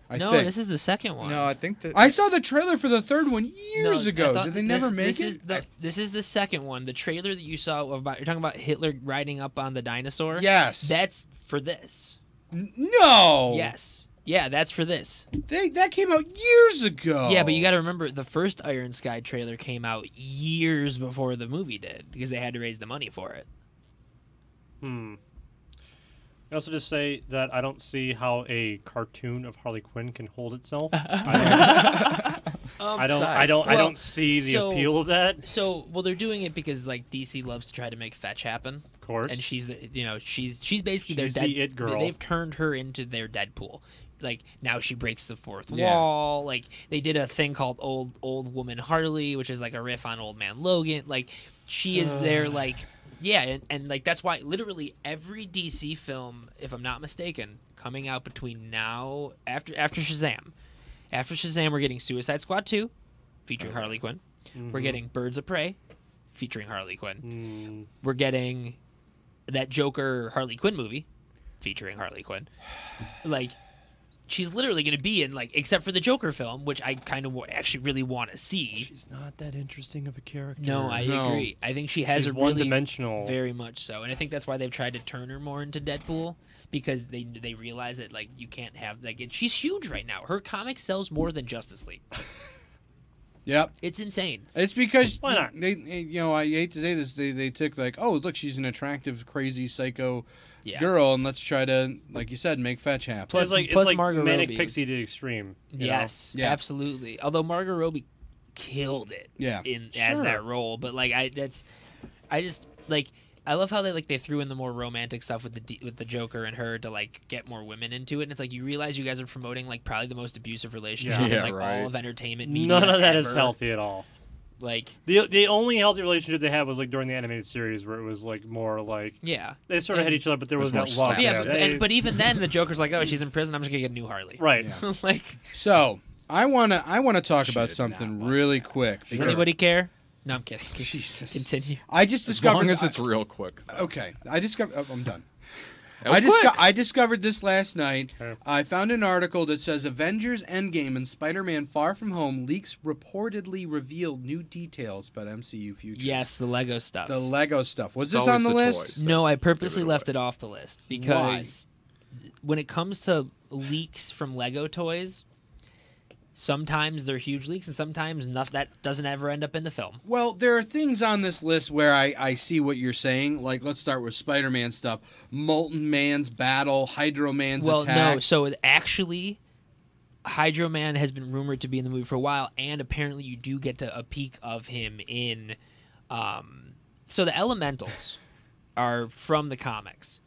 I no, think. this is the second one. No, I think that I saw the trailer for the third one years I ago. thought Did they this- never make this it? is the- this is the second one. The trailer that you saw about you're talking about Hitler riding up on the dinosaur. Yes. Oh. that's for this. No. Yes. Yeah, that's for this. They, that came out years ago. Yeah, but you got to remember the first Iron Sky trailer came out years before the movie did because they had to raise the money for it. Hmm. I also just say that I don't see how a cartoon of Harley Quinn can hold itself. I don't. I don't. I don't, I Um, Well, don't see the so- appeal of that. So, well, they're doing it because like DC loves to try to make fetch happen. Of course. And she's, the, you know, she's she's basically She's the their dead, it girl. They've turned her into their Deadpool. Like now she breaks the fourth Yeah. wall. Like they did a thing called old old woman Harley, which is like a riff on Old Man Logan. Like she is their Ugh. like yeah, and, and like that's why literally every DC film, if I'm not mistaken, coming out between now after after Shazam, after Shazam, we're getting Suicide Squad two, featuring Harley Quinn. We're Mm-hmm. Mhm. getting Birds of Prey, featuring Harley Quinn. Mm. We're getting that Joker Harley Quinn movie, featuring Harley Quinn. Like she's literally going to be in like except for the Joker film, which I kind of actually really want to see. She's not that interesting of a character. No, I agree. I think she has She's a really one-dimensional. very much so, and I think that's why they've tried to turn her more into Deadpool because they they realize that like you can't have like and she's huge right now. Her comic sells more than Justice League. Yep. It's insane. It's because Why not? They, they- you know, I hate to say this, they, they took like, oh, look, she's an attractive, crazy, psycho Yeah. girl, and let's try to, like you said, make fetch happen. Plus, like it's like manic pixie to extreme. you know? Yes, absolutely. Although Margot Robbie killed it, Yeah. in as Sure. that role. But like, I that's, I just like, I love how they like they threw in the more romantic stuff with the D- with the Joker and her to like get more women into it. And it's like you realize you guys are promoting like probably the most abusive relationship Yeah, in like right. all of entertainment media. None of that is ever. healthy at all. Like the the only healthy relationship they had was like during the animated series where it was like more like Yeah, they sort of And- had each other, but there was, that love. Yeah, there. but, and, but even then, the Joker's like, "Oh, she's in prison. I'm just gonna get a new Harley." Right. like, So, I want to I wanna talk about something really quick. does because- anybody care? No, I'm kidding. Jesus. Continue. I just As discovered long as I- it's real quick. Okay, I discovered. Oh, I'm done. That was I, disco- quick. I discovered this last night. I found an article that says Avengers Endgame and Spider Man Far From Home leaks reportedly reveal new details about MCU future. Yes, the Lego stuff. The Lego stuff. Was It's this always on the, the list? no, I purposely left it off the list because when it comes to leaks from Lego toys, sometimes they're huge leaks, and sometimes not, that doesn't ever end up in the film. Well, there are things on this list where I, I see what you're saying. Like, let's start with Spider Man stuff Molten Man's battle, Hydro Man's well, attack. no. So it actually, Hydro Man has been rumored to be in the movie for a while, and apparently you do get to a peek of him in. Um, so the Elementals are from the comics,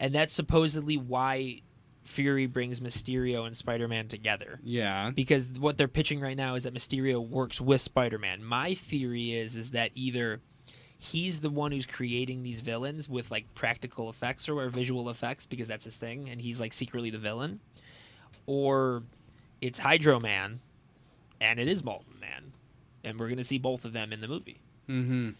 and that's supposedly why Fury brings Mysterio and Spider Man together. Yeah. Because what they're pitching right now is that Mysterio works with Spider Man. My theory is is that either he's the one who's creating these villains with like practical effects or, or visual effects because that's his thing and he's like secretly the villain or it's hydro man and it is molten man and we're gonna see both of them in the movie Mm-hmm.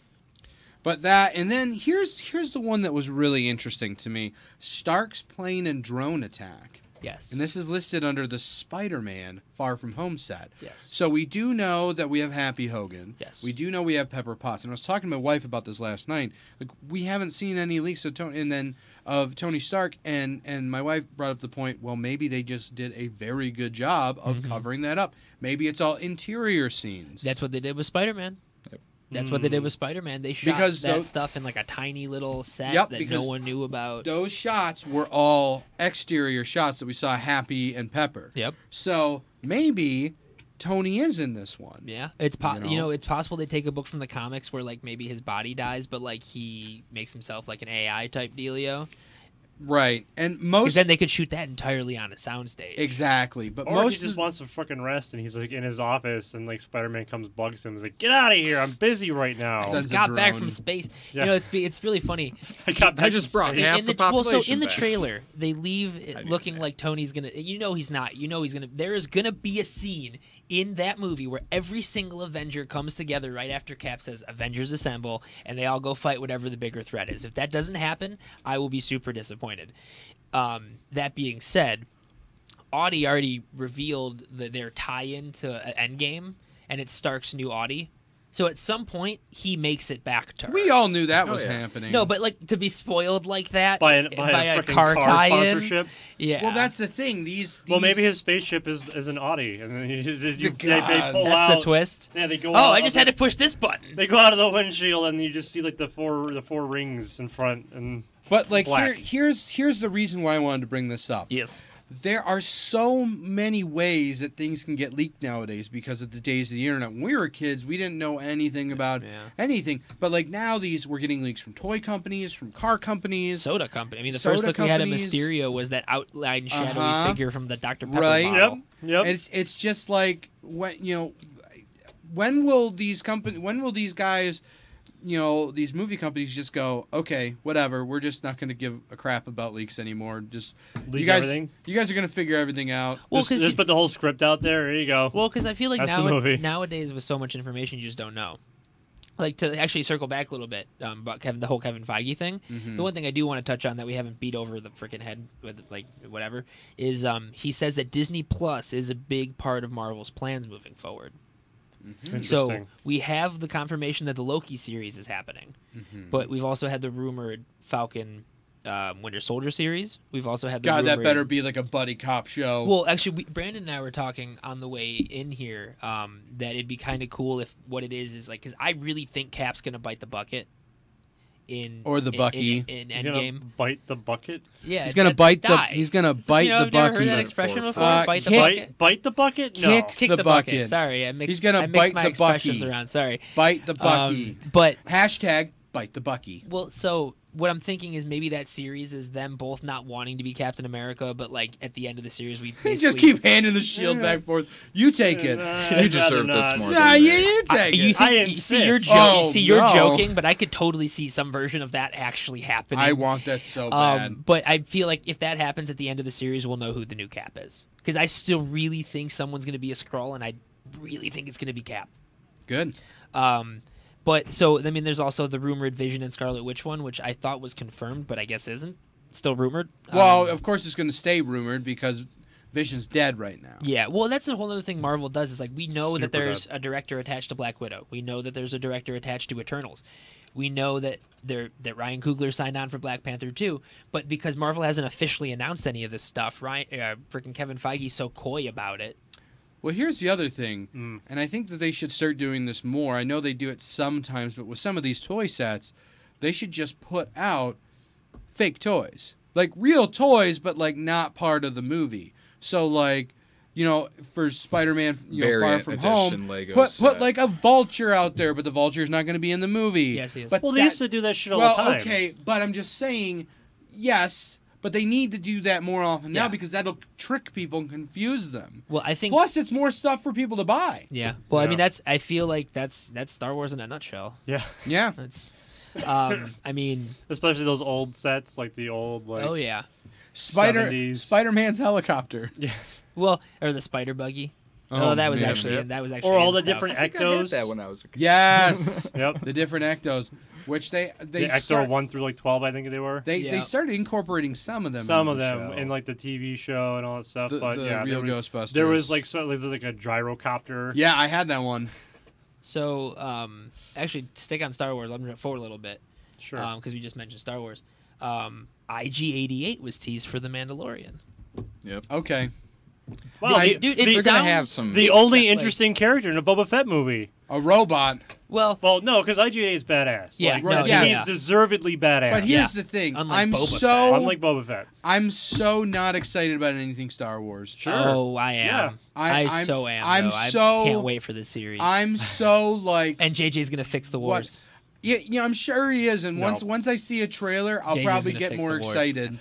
But that, and then here's here's the one that was really interesting to me: Stark's plane and drone attack. Yes. And this is listed under the Spider-Man Far From Home set. Yes. So we do know that we have Happy Hogan. Yes. We do know we have Pepper Potts, and I was talking to my wife about this last night. Like we haven't seen any leaks of Tony, and then of Tony Stark, and and my wife brought up the point. Well, maybe they just did a very good job of covering that up. Maybe it's all interior scenes. Mm-hmm. that's what they did with spider-man that's what they did Mm. with spider-man they shot Because that those- stuff in like a tiny little set Yep, that no because one knew about Those shots were all exterior shots that we saw Happy and Pepper. Yep. So maybe Tony is in this one. Yeah, it's po- You you, know? know? it's possible they take a book from the comics where like maybe his body dies, but like he makes himself like an AI type dealio. Right, and 'Cause most then they could shoot that entirely on a soundstage. exactly, but or most he just of- wants to fucking rest, and he's like in his office, and like Spider Man comes, bugs him, he's like, "Get out of here! I'm busy right now." I just got back from space. You know, it's be- it's really funny. I got back from space. in the, Well, so in the trailer, they leave it looking like Tony's gonna. You know he's not. You know he's gonna. There is gonna be a scene in that movie where every single Avenger comes together right after Cap says "Avengers Assemble" and they all go fight whatever the bigger threat is. If that doesn't happen, I will be super disappointed. Um, that being said, Audi already revealed the, their tie-in to uh, Endgame, and it's Stark's new Audi. So at some point, he makes it back to. we Earth. all knew Oh, that was happening. No, but like to be spoiled like that By an- by a a frickin' car, car tie-in. sponsorship? Yeah. well, that's the thing. These, Well, maybe these- his spaceship is, is an Audi, and then you, just- you, Good they, they God. pull That's the out- twist? Yeah, they go. Oh, out I of just the- had to push this button. They go out of the windshield, and you just see like the four the four rings in front, and But like black. here, here's here's the reason why I wanted to bring this up. Yes. There are so many ways that things can get leaked nowadays because of the days of the internet. When we were kids, we didn't know anything about anything. But like now these we're getting leaks from toy companies, from car companies. Soda company. I mean, the Soda first look we had at companies. Mysterio was that outline shadowy Uh-huh. figure from the Dr. Pepper right? model. Yep. It's it's just like when you know when will these company when will these guys you know these movie companies just go okay whatever we're just not going to give a crap about leaks anymore just Leak you guys everything? you guys are going to figure everything out Well, just, 'cause just you- put the whole script out there. There you go. Well, because I feel like That's the now, movie. nowadays with so much information, you just don't know. like to actually circle back a little bit um, about Kevin, the whole Kevin Feige thing. Mm-hmm. Mhm. The one thing I do want to touch on that we haven't beat over the freaking head with like whatever is um, he says that Disney Plus is a big part of Marvel's plans moving forward. Mm-hmm. So Interesting. we have the confirmation that the Loki series is happening, Mm-hmm. Mhm. but we've also had the rumored Falcon um, Winter Soldier series. We've also had the God, that rumored- better be like a buddy cop show. well, actually, we, Brandon and I were talking on the way in here um, that it'd be kind of cool if what it is is like because I really think Cap's gonna bite the bucket in Or the in- Bucky. in, in He's gonna Endgame. Bite the bucket. Yeah, He's gonna that- bite the. die. He's gonna You bite know, the I've never bucket. heard that expression before. Uh, bite the kick- bucket. Bite the bucket. No. Kick Kick the the, bucket. bucket. Sorry, I mixed. He's gonna I mixed bite my the expressions Bucky. around. Sorry. Bite the Um, Bucky. but hashtag bite the Bucky. Well, so what I'm thinking is maybe that series is them both not wanting to be Captain America, but like at the end of the series, we He just basically- keep handing the shield back forth. You take it. You deserve this more. Nah, than yeah, this. you I- take you it. think- you see, you're, jo- Oh, you see, you're joking, but I could totally see some version of that actually happening. I want that so bad. Um, but I feel like if that happens at the end of the series, we'll know who the new Cap is. Because I still really think someone's going to be a Skrull, and I really think it's going to be Cap. Good. Um, but so I mean, there's also the rumored Vision and Scarlet Witch one, which I thought was confirmed, but I guess isn't. Still rumored. Well, of course it's going to stay rumored because Vision's dead right now. Yeah, well, that's a whole other thing Marvel does is like we know Super that there's a director attached to Black Widow. We know that there's a director attached to Eternals. We know that there that Ryan Coogler signed on for Black Panther 2, but because Marvel hasn't officially announced any of this stuff, Ryan uh, freaking Kevin Feige's so coy about it. Well, here's the other thing, Mm. and I think that they should start doing this more. I know they do it sometimes, but with some of these toy sets, they should just put out fake toys. Like real toys, but like not part of the movie. So, like, you know, for Spider Man you know, Far Variant From edition Home, Lego put, put set. like a vulture out there, but the vulture's not going to be in the movie. Yes, he is. But Well, they that- used to do that shit all well, the time. okay, but I'm just saying, yes, but they need to do that more often now because that'll trick people and confuse them. Well, I think Plus, it's more stuff for people to buy. Yeah. Well, I Yeah. mean that's I feel like that's that's Star Wars in a nutshell. Yeah. Yeah. That's um I mean especially those old sets, like the old like. Oh yeah. Spider 70s. Spider Man's helicopter. Yeah. Well, or the spider buggy. Oh, Oh, that was man. actually Yep. that was actually Or all in the stuff. different I think I had ectos. that when I was a kid. Yes. yep. The different ectos, which they they the Ecto start- one through like twelve, I think they were. they they started incorporating some of them. some in of the them show. in like the TV show and all that stuff. The- but the yeah, real there was, Ghostbusters. There was like so, like, there was like a gyrocopter. yeah, I had that one. So, um, actually, stick on Star Wars. I'm going to forward a little bit. Sure. Because we just mentioned Star Wars. Um, IG88 was teased for The Mandalorian. Yep. Okay. Wow, Dude, Oh, the- dude, the- it They're gonna sounds- have some- The it only sounds like- interesting character in a Boba Fett movie. A robot. Well, well, no, because IGA is badass. Yeah, like, no, he's yeah. yeah. deservedly badass. But here's the thing. I'm so unlike Boba Fett. I'm so not excited about anything Star Wars. Sure. Oh, I am. I, I'm- so am. I'm though. so I can't wait for this series. I'm so like. and JJ's going to fix the wars. Yeah, you know, I'm sure he is. And No. once once I see a trailer, I'll Daisy's probably gonna get fix more the wars. excited.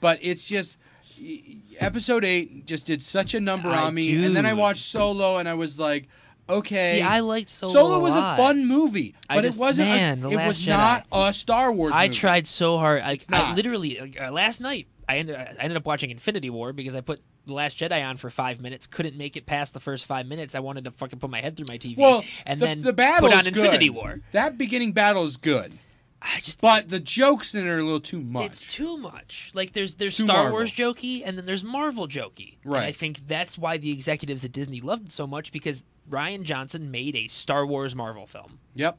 But it's just y- y- episode eight just did such a number I on me, and then I do. watched Solo, and I was like, okay. See, I liked Solo Solo a was a lot. fun movie, I but just- it wasn't. a- man, The it Last was Jedi. not a Star Wars. I movie. tried so hard. I, I Mm. not. literally like, uh, last night. I ended, I ended up watching Infinity War because I put The Last Jedi on for five minutes. Couldn't make it past the first five minutes. I wanted to fucking put my head through my TV. Well, and the, then the battle put on is good. Infinity War. That beginning battle is good. I just but the jokes in it are a little too much. It's too much. Like there's there's Too Star Marvel. Wars jokey and then there's Marvel jokey. And I Right. think that's why the executives at Disney loved it so much because Ryan Johnson made a Star Wars Marvel film. Yep.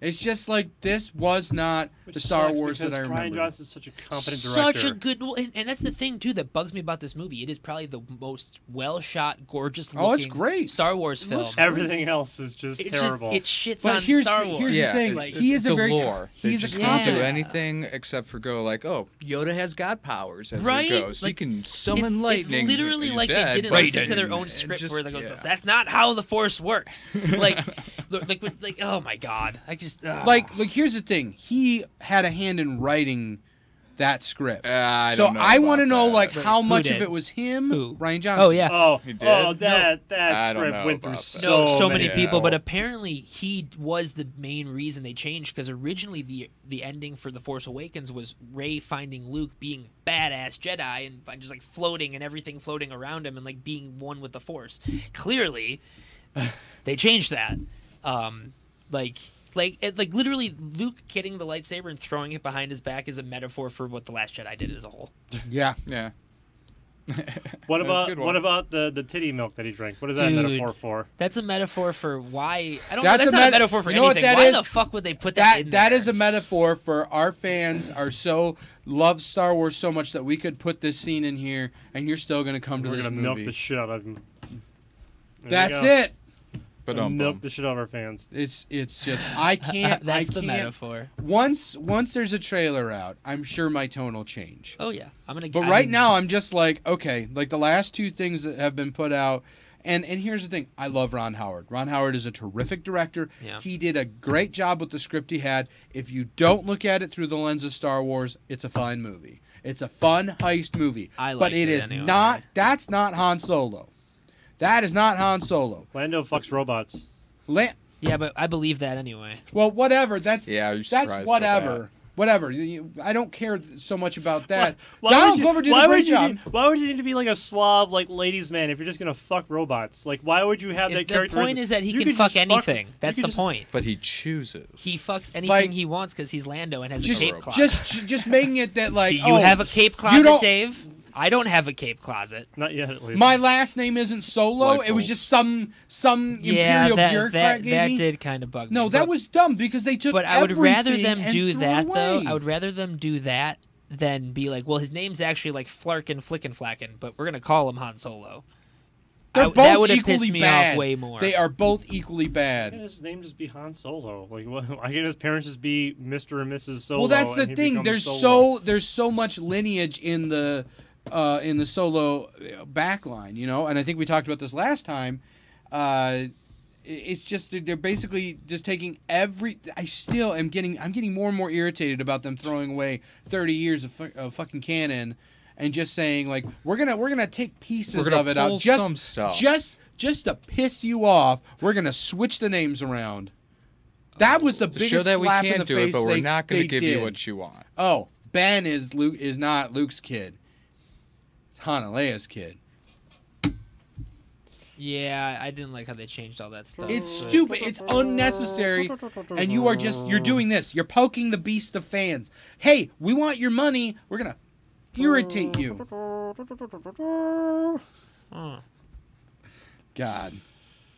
It's just like this was not Which the Star sucks Wars that because I Ryan remember. Johnson's such a competent Such director. a good, well, and, and that's the thing too that bugs me about this movie. It is probably the most well shot, gorgeous looking. Oh, it's great. Star Wars film. Everything else is just It's just- terrible. it shits But on here's- Star Wars. here's the yeah, thing, it- he is a the very- lore. They he's a just don't do competent- anything except for go like, oh, Yoda has god powers as Right? a ghost. Like, you can summon it's, lightning. It's literally he's like dead, they didn't but- listen to their own and script just- where they goes, yeah. "That's not how the Force works." Like, look, like, like, like, oh my god! I just ugh. Like, like here's the thing. He had a hand in writing that script. Uh, Ah, I so don't know I want to about know that. like Wait, how who much of did? it was him, Ryan Johnson. Oh yeah. Oh, He did? oh, that that I don't script know went through about that. so, so many people, but apparently he was the main reason they changed because originally the the ending for The Force Awakens was Ray finding Luke being badass Jedi and fi- just like floating and everything floating around him and like being one with the Force. Clearly, they changed that. Um, like Like, it, like literally, Luke getting the lightsaber and throwing it behind his back is a metaphor for what the Last Jedi did as a whole. Yeah. Yeah. What That's a about good what one. about the the titty milk that he drank? What is that Dude. metaphor for? That's a metaphor for why. I don't. That's That's, a not met- a metaphor for you know what anything. that Why is? the fuck would they put that, that in there? that is a metaphor for our fans are so love Star Wars so much that we could put this scene in here and you're still gonna come to We're this gonna milk movie. the shit out of him. That's it. But um, Ba-dum-bum. milk the shit out of our fans. It's it's just I can't. That's I the can't- metaphor. Once once there's a trailer out, I'm sure my tone will change. Oh yeah, I'm gonna. But I right mean, now, I'm just like, okay, like the last two things that have been put out. And, and here's the thing I love Ron Howard. Ron Howard is a terrific director. Yeah. He did a great job with the script he had. If you don't look at it through the lens of Star Wars, it's a fine movie. It's a fun heist movie. I but liked it it is anyway. not, that's not Han Solo. That is not Han Solo. Lando fucks robots. La- yeah, but I believe that anyway. well, whatever. That's Yeah, you're surprised that's about whatever. that. Whatever. You- you- I don't care so much about that. Why would Donald you- Glover did why a great would you job. need- why would you need to be like a suave, like ladies' man if you're just gonna fuck robots? Like, why would you have If that the character? point is that he can fuck anything. That's the point. But he chooses. He fucks anything Like- he wants because he's Lando and has just, a cape closet. just, just making it that like. Do you oh, have a cape closet, you don't- Dave? I don't have a cape closet. Not yet, at My last name isn't Solo. Life it was goals. just some some yeah, imperial that bureaucrat that, gave that me. did kind of bug me. no, that was dumb because they took. But I would rather everything them and do threw it that though. away. I would rather them do that than be like, well, his name's actually like Flarkin Flickin Flacken, but we're gonna call him Han Solo. They're I- both that would have equally pissed me bad. off way more. They are both equally Why bad. can't his name just be Han Solo? Like, why why can't his parents just be Mr. and Mrs. Solo? well, that's the and he thing. becomes There's Solo? so there's so much lineage in the uh, in the Solo uh, backline, you know. And I think we talked about this last time. Uh, i- it's just they're, they're basically just taking every. I still am getting I'm getting more and more irritated about them throwing away 30 years of, fu- of fucking canon and just saying like we're gonna we're gonna take pieces We're gonna of it pull out just some stuff. just just to piss you off. We're gonna switch the names around. That was the To biggest show that we slap can in the do face it, but we're they- not going they to give did. you what you want. Oh, Ben is Luke is not Luke's kid. It's Hanalea's kid. Yeah, I didn't like how they changed all that stuff. It's Oh. but- stupid. It's unnecessary. And you are just you're doing this. You're poking the beast of fans. Hey, we want your money. We're gonna irritate you. Huh. God.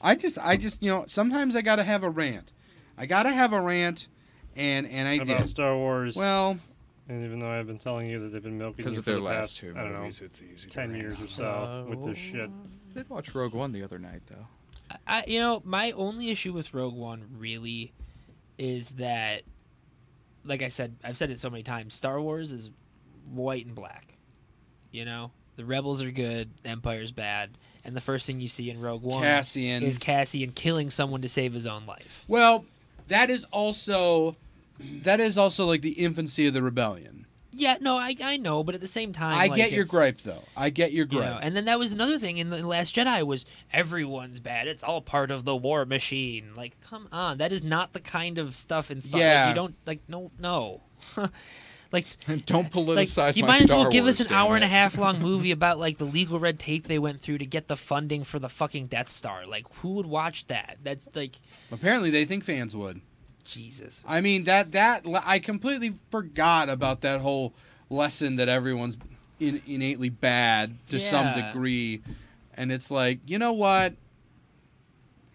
I just I just you know, sometimes I gotta have a rant. I gotta have a rant and and I about did. Star Wars. Well- and even though I've been telling you that they've been milking 'Cause you of for their the last past, two I don't movies, know, it's easy to ten rant years on. or so with this shit. I did watch Rogue One the other night though. I, you know, my only issue with Rogue One really is that, like I said, I've said it so many times. Star Wars is white and black. You know, the rebels are good, Empire's bad, and the first thing you see in Rogue One Cassian. is Cassian killing someone to save his own life. Well, that is also that is also like the infancy of the rebellion. Yeah, no, I I know, but at the same time, I like, get your it's- gripe though. I get your you gripe. know, and then that was another thing in the Last Jedi was everyone's bad. It's all part of the war machine. Like, come on, that is not the kind of stuff in Star. like, Yeah. you don't like no no. like, Don't like politicize you my might as Star well give Wars, us an damn hour and a it. half long movie about like the legal red tape they went through to get the funding for the fucking Death Star. Like, who would watch that? That's like Apparently, they think fans would. Jesus. I mean that that I completely forgot about that whole lesson that everyone's in, innately bad to some Yeah. degree, and it's like you know what,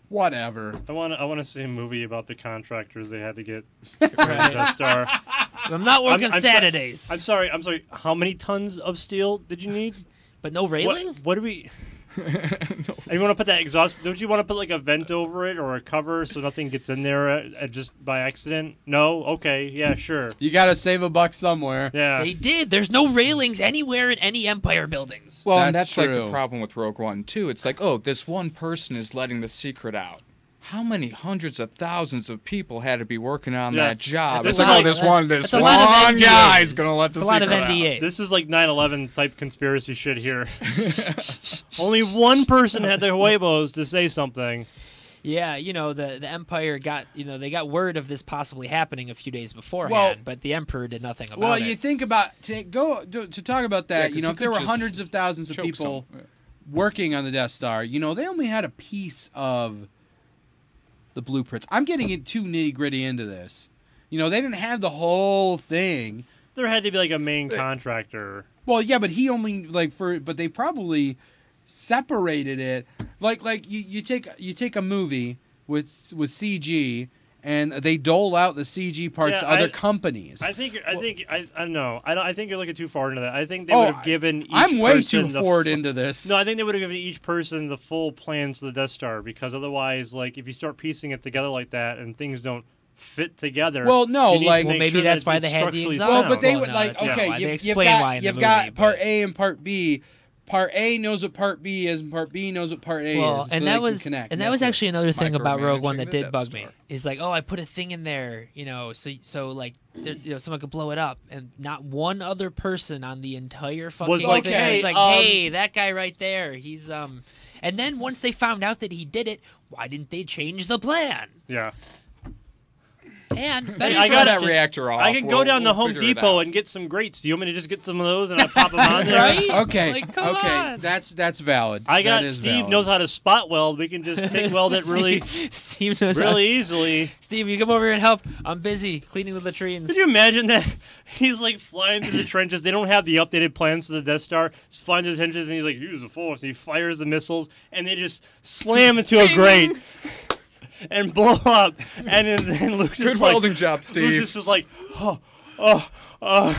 whatever. I want to. I want to see a movie about the contractors they had to get to create the Death Star. I'm not working so- Saturdays. I'm sorry. I'm sorry. How many tons of steel did you need? But no railing? What, what do we? And you want to put that exhaust? Don't you want to put like a vent over it or a cover so nothing gets in there uh, uh, just by accident? No. Okay. Yeah. Sure. You got to save a buck somewhere. Yeah. They did. There's no railings anywhere in any Empire buildings. Well, and that's like the problem with Rogue One too. It's like, oh, this one person is letting the secret out. How many hundreds of thousands of people had to be working on Yeah. that job? That's It's a like, lot- oh, this that's- one, this that's a one lot of NDAs. guy is gonna let the It's a lot of secret out. NDAs. This is like 9/11 type conspiracy shit here. Only one person had the huevos to say something. Yeah, you know the the Empire got you know they got word of this possibly happening a few days beforehand, Well- but the Emperor did nothing about Well, it. you think about to go to, to talk about Yeah, that. 'cause you know, you if there could were just hundreds of thousands of choke people someone. working on the Death Star, you know, they only had a piece of the blueprints. I'm getting it too nitty gritty into this. You know, they didn't have the whole thing. There had to be like a main contractor. Well, yeah, but he only like for but they probably separated it. Like like you, you take you take a movie with with CG and they dole out the CG parts to Yeah, other I- companies. I think. I think. I. I don't know. I, don't- I think you're looking too far into that. I think they Oh, would have given. Each I'm way too person the forward fu- into this. No, I think they would have given each person the full plans to the Death Star because otherwise, like, if you start piecing it together like that and things don't fit together. Well, no, you need to like make sure that it's structurally Well, sound. but they would like okay, you, explain have got, why in the you've movie, got part A and part B. Part A knows what part B is, and part B knows what part A well, is. so and they that can was connect. and that was That's it. actually another thing about Rogue One Micromanaging that the did Death bug Star. me is like, oh, I put a thing in there, you know, so so like, there, you know, someone could blow it up, and not one other person on the entire fucking like, thing "Hey, was like, um, hey, that guy right there, he's um. And then once they found out that he did it, why didn't they change the plan? Yeah. And Hey, better I got question- a- I can go down the Home Depot and get some grates. Do you want me to just get some of those and I pop them on there? Okay. okay. That's that's valid. I That got is Steve valid. knows how to spot weld. We can just take weld it really, Steve knows how- really easily. Steve, you come over here and help. I'm busy cleaning the latrines. Could you imagine that? He's like flying through the trenches. They don't have the updated plans for the Death Star. He's flying through the trenches and he's like, use the force. And he fires the missiles and they just slam into a grate and blow up. And then, then Luke just Good like, welding job, Steve. Luke just was like, oh, oh, uh,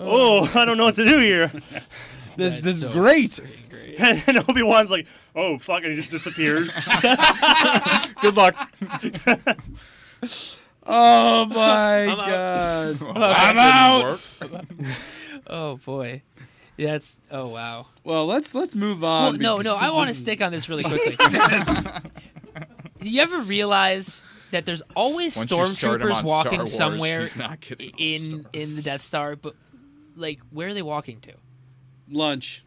oh, I don't know what to do here. This this is great. And, and Obi Wan's like, oh fuck, and he just disappears. Good luck. Oh my I'm out. god. I'm I'm out. out. oh boy, yeah, that's oh wow. Um, Well, let's let's move Well, on. no, no, because I want to this is- stick on this really quickly. Do you ever realize that there's always Once you start him stormtroopers on walking Star Wars, somewhere he's not getting off in in the Death Star, but like where are they walking to? Lunch.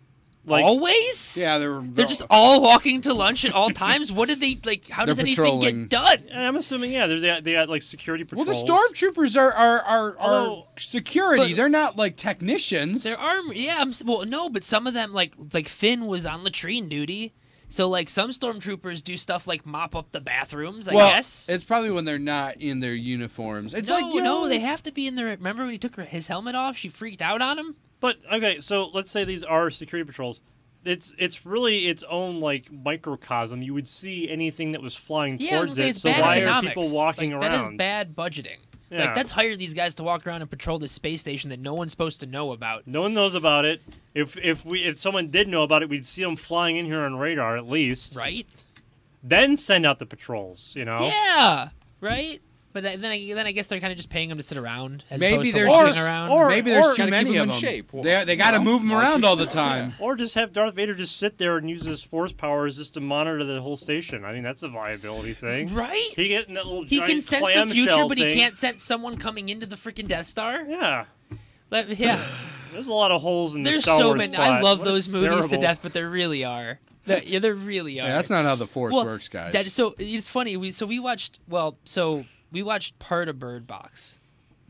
Like- always? Yeah, they're They're just all walking to lunch at all times. What did they like? How They're does anything patrolling. get done? And I'm assuming, yeah, there's they got, they got like security Well, patrols. the stormtroopers are are are, are Although- security. but- they're not like technicians. Their arm, yeah. I'm, s- well, no, but some of them, like like Finn, was on latrine duty. So like some stormtroopers do stuff like mop up the bathrooms. I well, guess. it's probably when they're not in their uniforms. It's no, like you no, know, they have to be in there. Remember when he took her, his helmet off? She freaked out on him. But okay, so let's say these are security patrols. It's it's really its own like microcosm. You would see anything that was flying Yeah, I was towards gonna say it. it's So bad why economics. are people walking Like, That is around? bad budgeting. Yeah. Like that's hire these guys to walk around and patrol this space station that no one's supposed to know about. No one knows about it. If if we if someone did know about it, we'd see them flying in here on radar at least. Right. Then send out the patrols. You know. Yeah, right. But th- then, I, then I guess they're kind of just paying them to sit around as maybe opposed to there's walking just- around. or- maybe there's too gotta keep many them of them. in shape. Well, They they got to you know, move them more around people. all the time. Or just have Darth Vader just sit there and use his force powers just to monitor the whole station. I mean, that's a viability thing, Right? He get in that little He can giant sense the future, clamshell but he thing. can't sense someone coming into the freaking Death Star. Yeah, Let- yeah. there's a lot of holes in the There's Star so Wars many. I plot. love What a those movies to terrible- death, but there really are. There- yeah, there really are. Yeah, that's not how the force Well, works, guys. That, so it's funny. We so we watched. Well, so we watched part of Bird Box,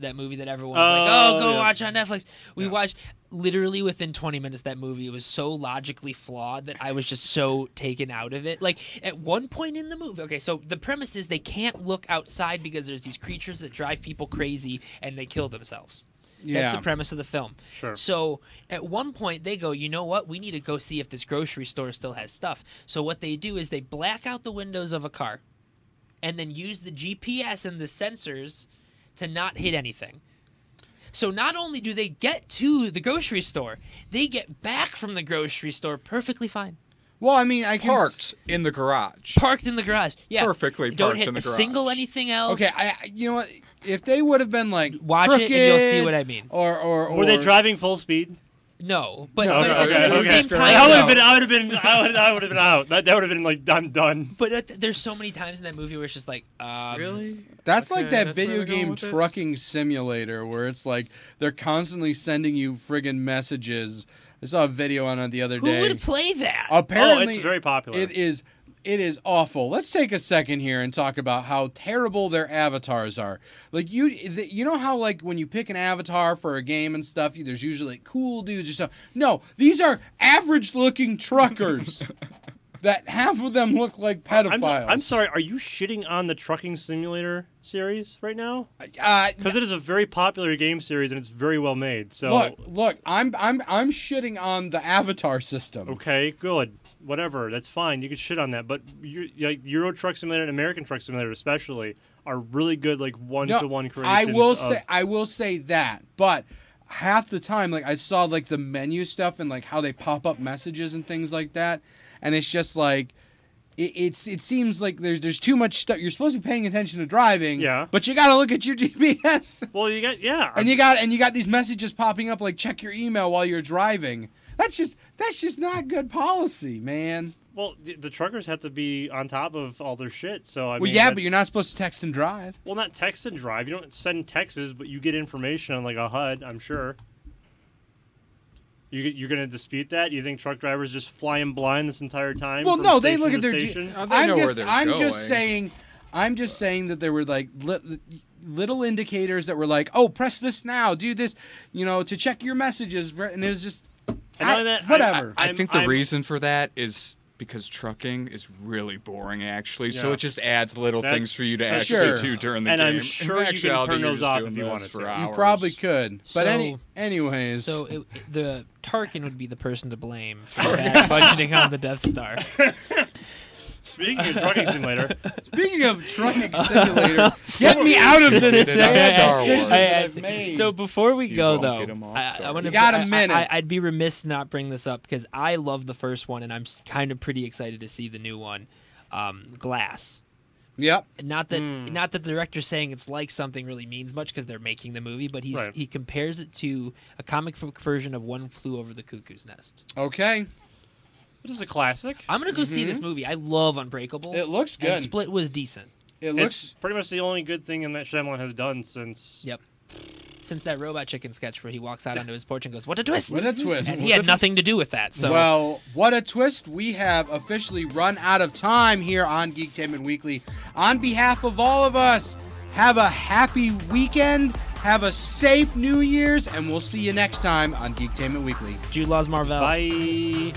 that movie that everyone's like, Oh, "Oh, go yeah. watch on Netflix." We watched literally within 20 minutes that movie was so logically flawed that I was just so taken out of it. Like at one point in the movie, okay, so the premise is they can't look outside because there's these creatures that drive people crazy and they kill themselves. Yeah. That's the premise of the film. Sure. So at one point they go, you know what? We need to go see if this grocery store still has stuff. So what they do is they black out the windows of a car and then use the GPS and the sensors to not hit anything. So not only do they get to the grocery store, they get back from the grocery store perfectly fine. Well, I mean, I can s- parked in the garage. Parked in the garage. Yeah. Perfectly Don't parked hit in the a garage. single anything else. Okay, I I- you know what? If they would have been like Watch it and you'll see crooked what I mean. Or or, or Were they driving full speed? No, but, Okay, but okay, at the okay. same time, I would though- have been. I would have been. I would. I would have been out. That, that would have been like I'm done. But at the- there's so many times in that movie where it's just like, um, really? That's like that video game trucking simulator where it's like they're constantly sending you friggin' messages. I saw a video on it the other Who day. would play that? Apparently, Oh, it's very popular. It is. It is awful. Let's take a second here and talk about how terrible their avatars are. Like you, th- you know how like when you pick an avatar for a game and stuff, you, there's usually like, cool dudes or stuff. No, these are average-looking truckers. that half of them look like pedophiles. I'm, I'm sorry. Are you shitting on the Trucking Simulator series right now? Because Uh, it is a very popular game series and it's very well made. So Look, look, I'm I'm I'm shitting on the Avatar system. okay, good, whatever. That's fine. You can shit on that. But you, like Euro Truck Simulator and American Truck Simulator, especially, are really good like one to one I creations. will of- say I will say that, but half the time like I saw like the menu stuff and like how they pop up messages and things like that, and it's just like it, it's it seems like there's there's too much stuff. You're supposed to be paying attention to driving, yeah, but you got to look at your GPS. Well, you got yeah, and you got and you got these messages popping up like check your email while you're driving. That's just that's just not good policy, man. Well, the, the truckers have to be on top of all their shit. So I well, mean, yeah, that's- but you're not supposed to text and drive. Well, not text and drive. You don't send texts, but you get information on like a HUD. I'm sure. You, you're going to dispute that? You think truck drivers just flying blind this entire time? Well, from no, they station look to at their. G- uh, station? I'm just, I'm just saying, I'm just saying that there were like li- little indicators that were like, oh, press this now, do this, you know, to check your messages, and it was just, I- whatever. I, I think the reason for that is because trucking is really boring, actually. So Yeah. it just adds little That's- things for you to that's actually true. do during the And game. I'm In sure you can actuality, turn you're those just off doing if you this wanted for to. You you hours. probably could, but any, So- anyways. So it, it- the Tarkin would be the person to blame for the bad budgeting on the Death Star. Speaking of trucking simulator, Speaking of trucking simulator, get me out of this thing. Decisions made. So before we You go won't though, get 'em off, I, I sorry. want to. You got a minute. I, would be remiss to not bring this up because I love the first one and I'm kind of pretty excited to see the new one, um, Glass. Yep. Not that Hmm. not that the director saying it's like something really means much because they're making the movie, but he's Right. he compares it to a comic book version of One Flew Over the Cuckoo's Nest. Okay. This is a classic. I'm gonna go see Mhm. this movie. I love Unbreakable. It Mm-hmm. looks good. And Split was decent. It it's pretty much the only good thing in that Shyamalan has done since. Yep. since that robot chicken sketch where he walks out onto his porch and goes, "What a twist! What a twist. And he What a had twist. nothing to do with that. So Well, what a twist. We have officially run out of time here on Geektainment Weekly. On behalf of all of us, have a happy weekend, have a safe New Year's, and we'll see you next time on Geektainment Weekly. Jude Laws Marvell. Bye.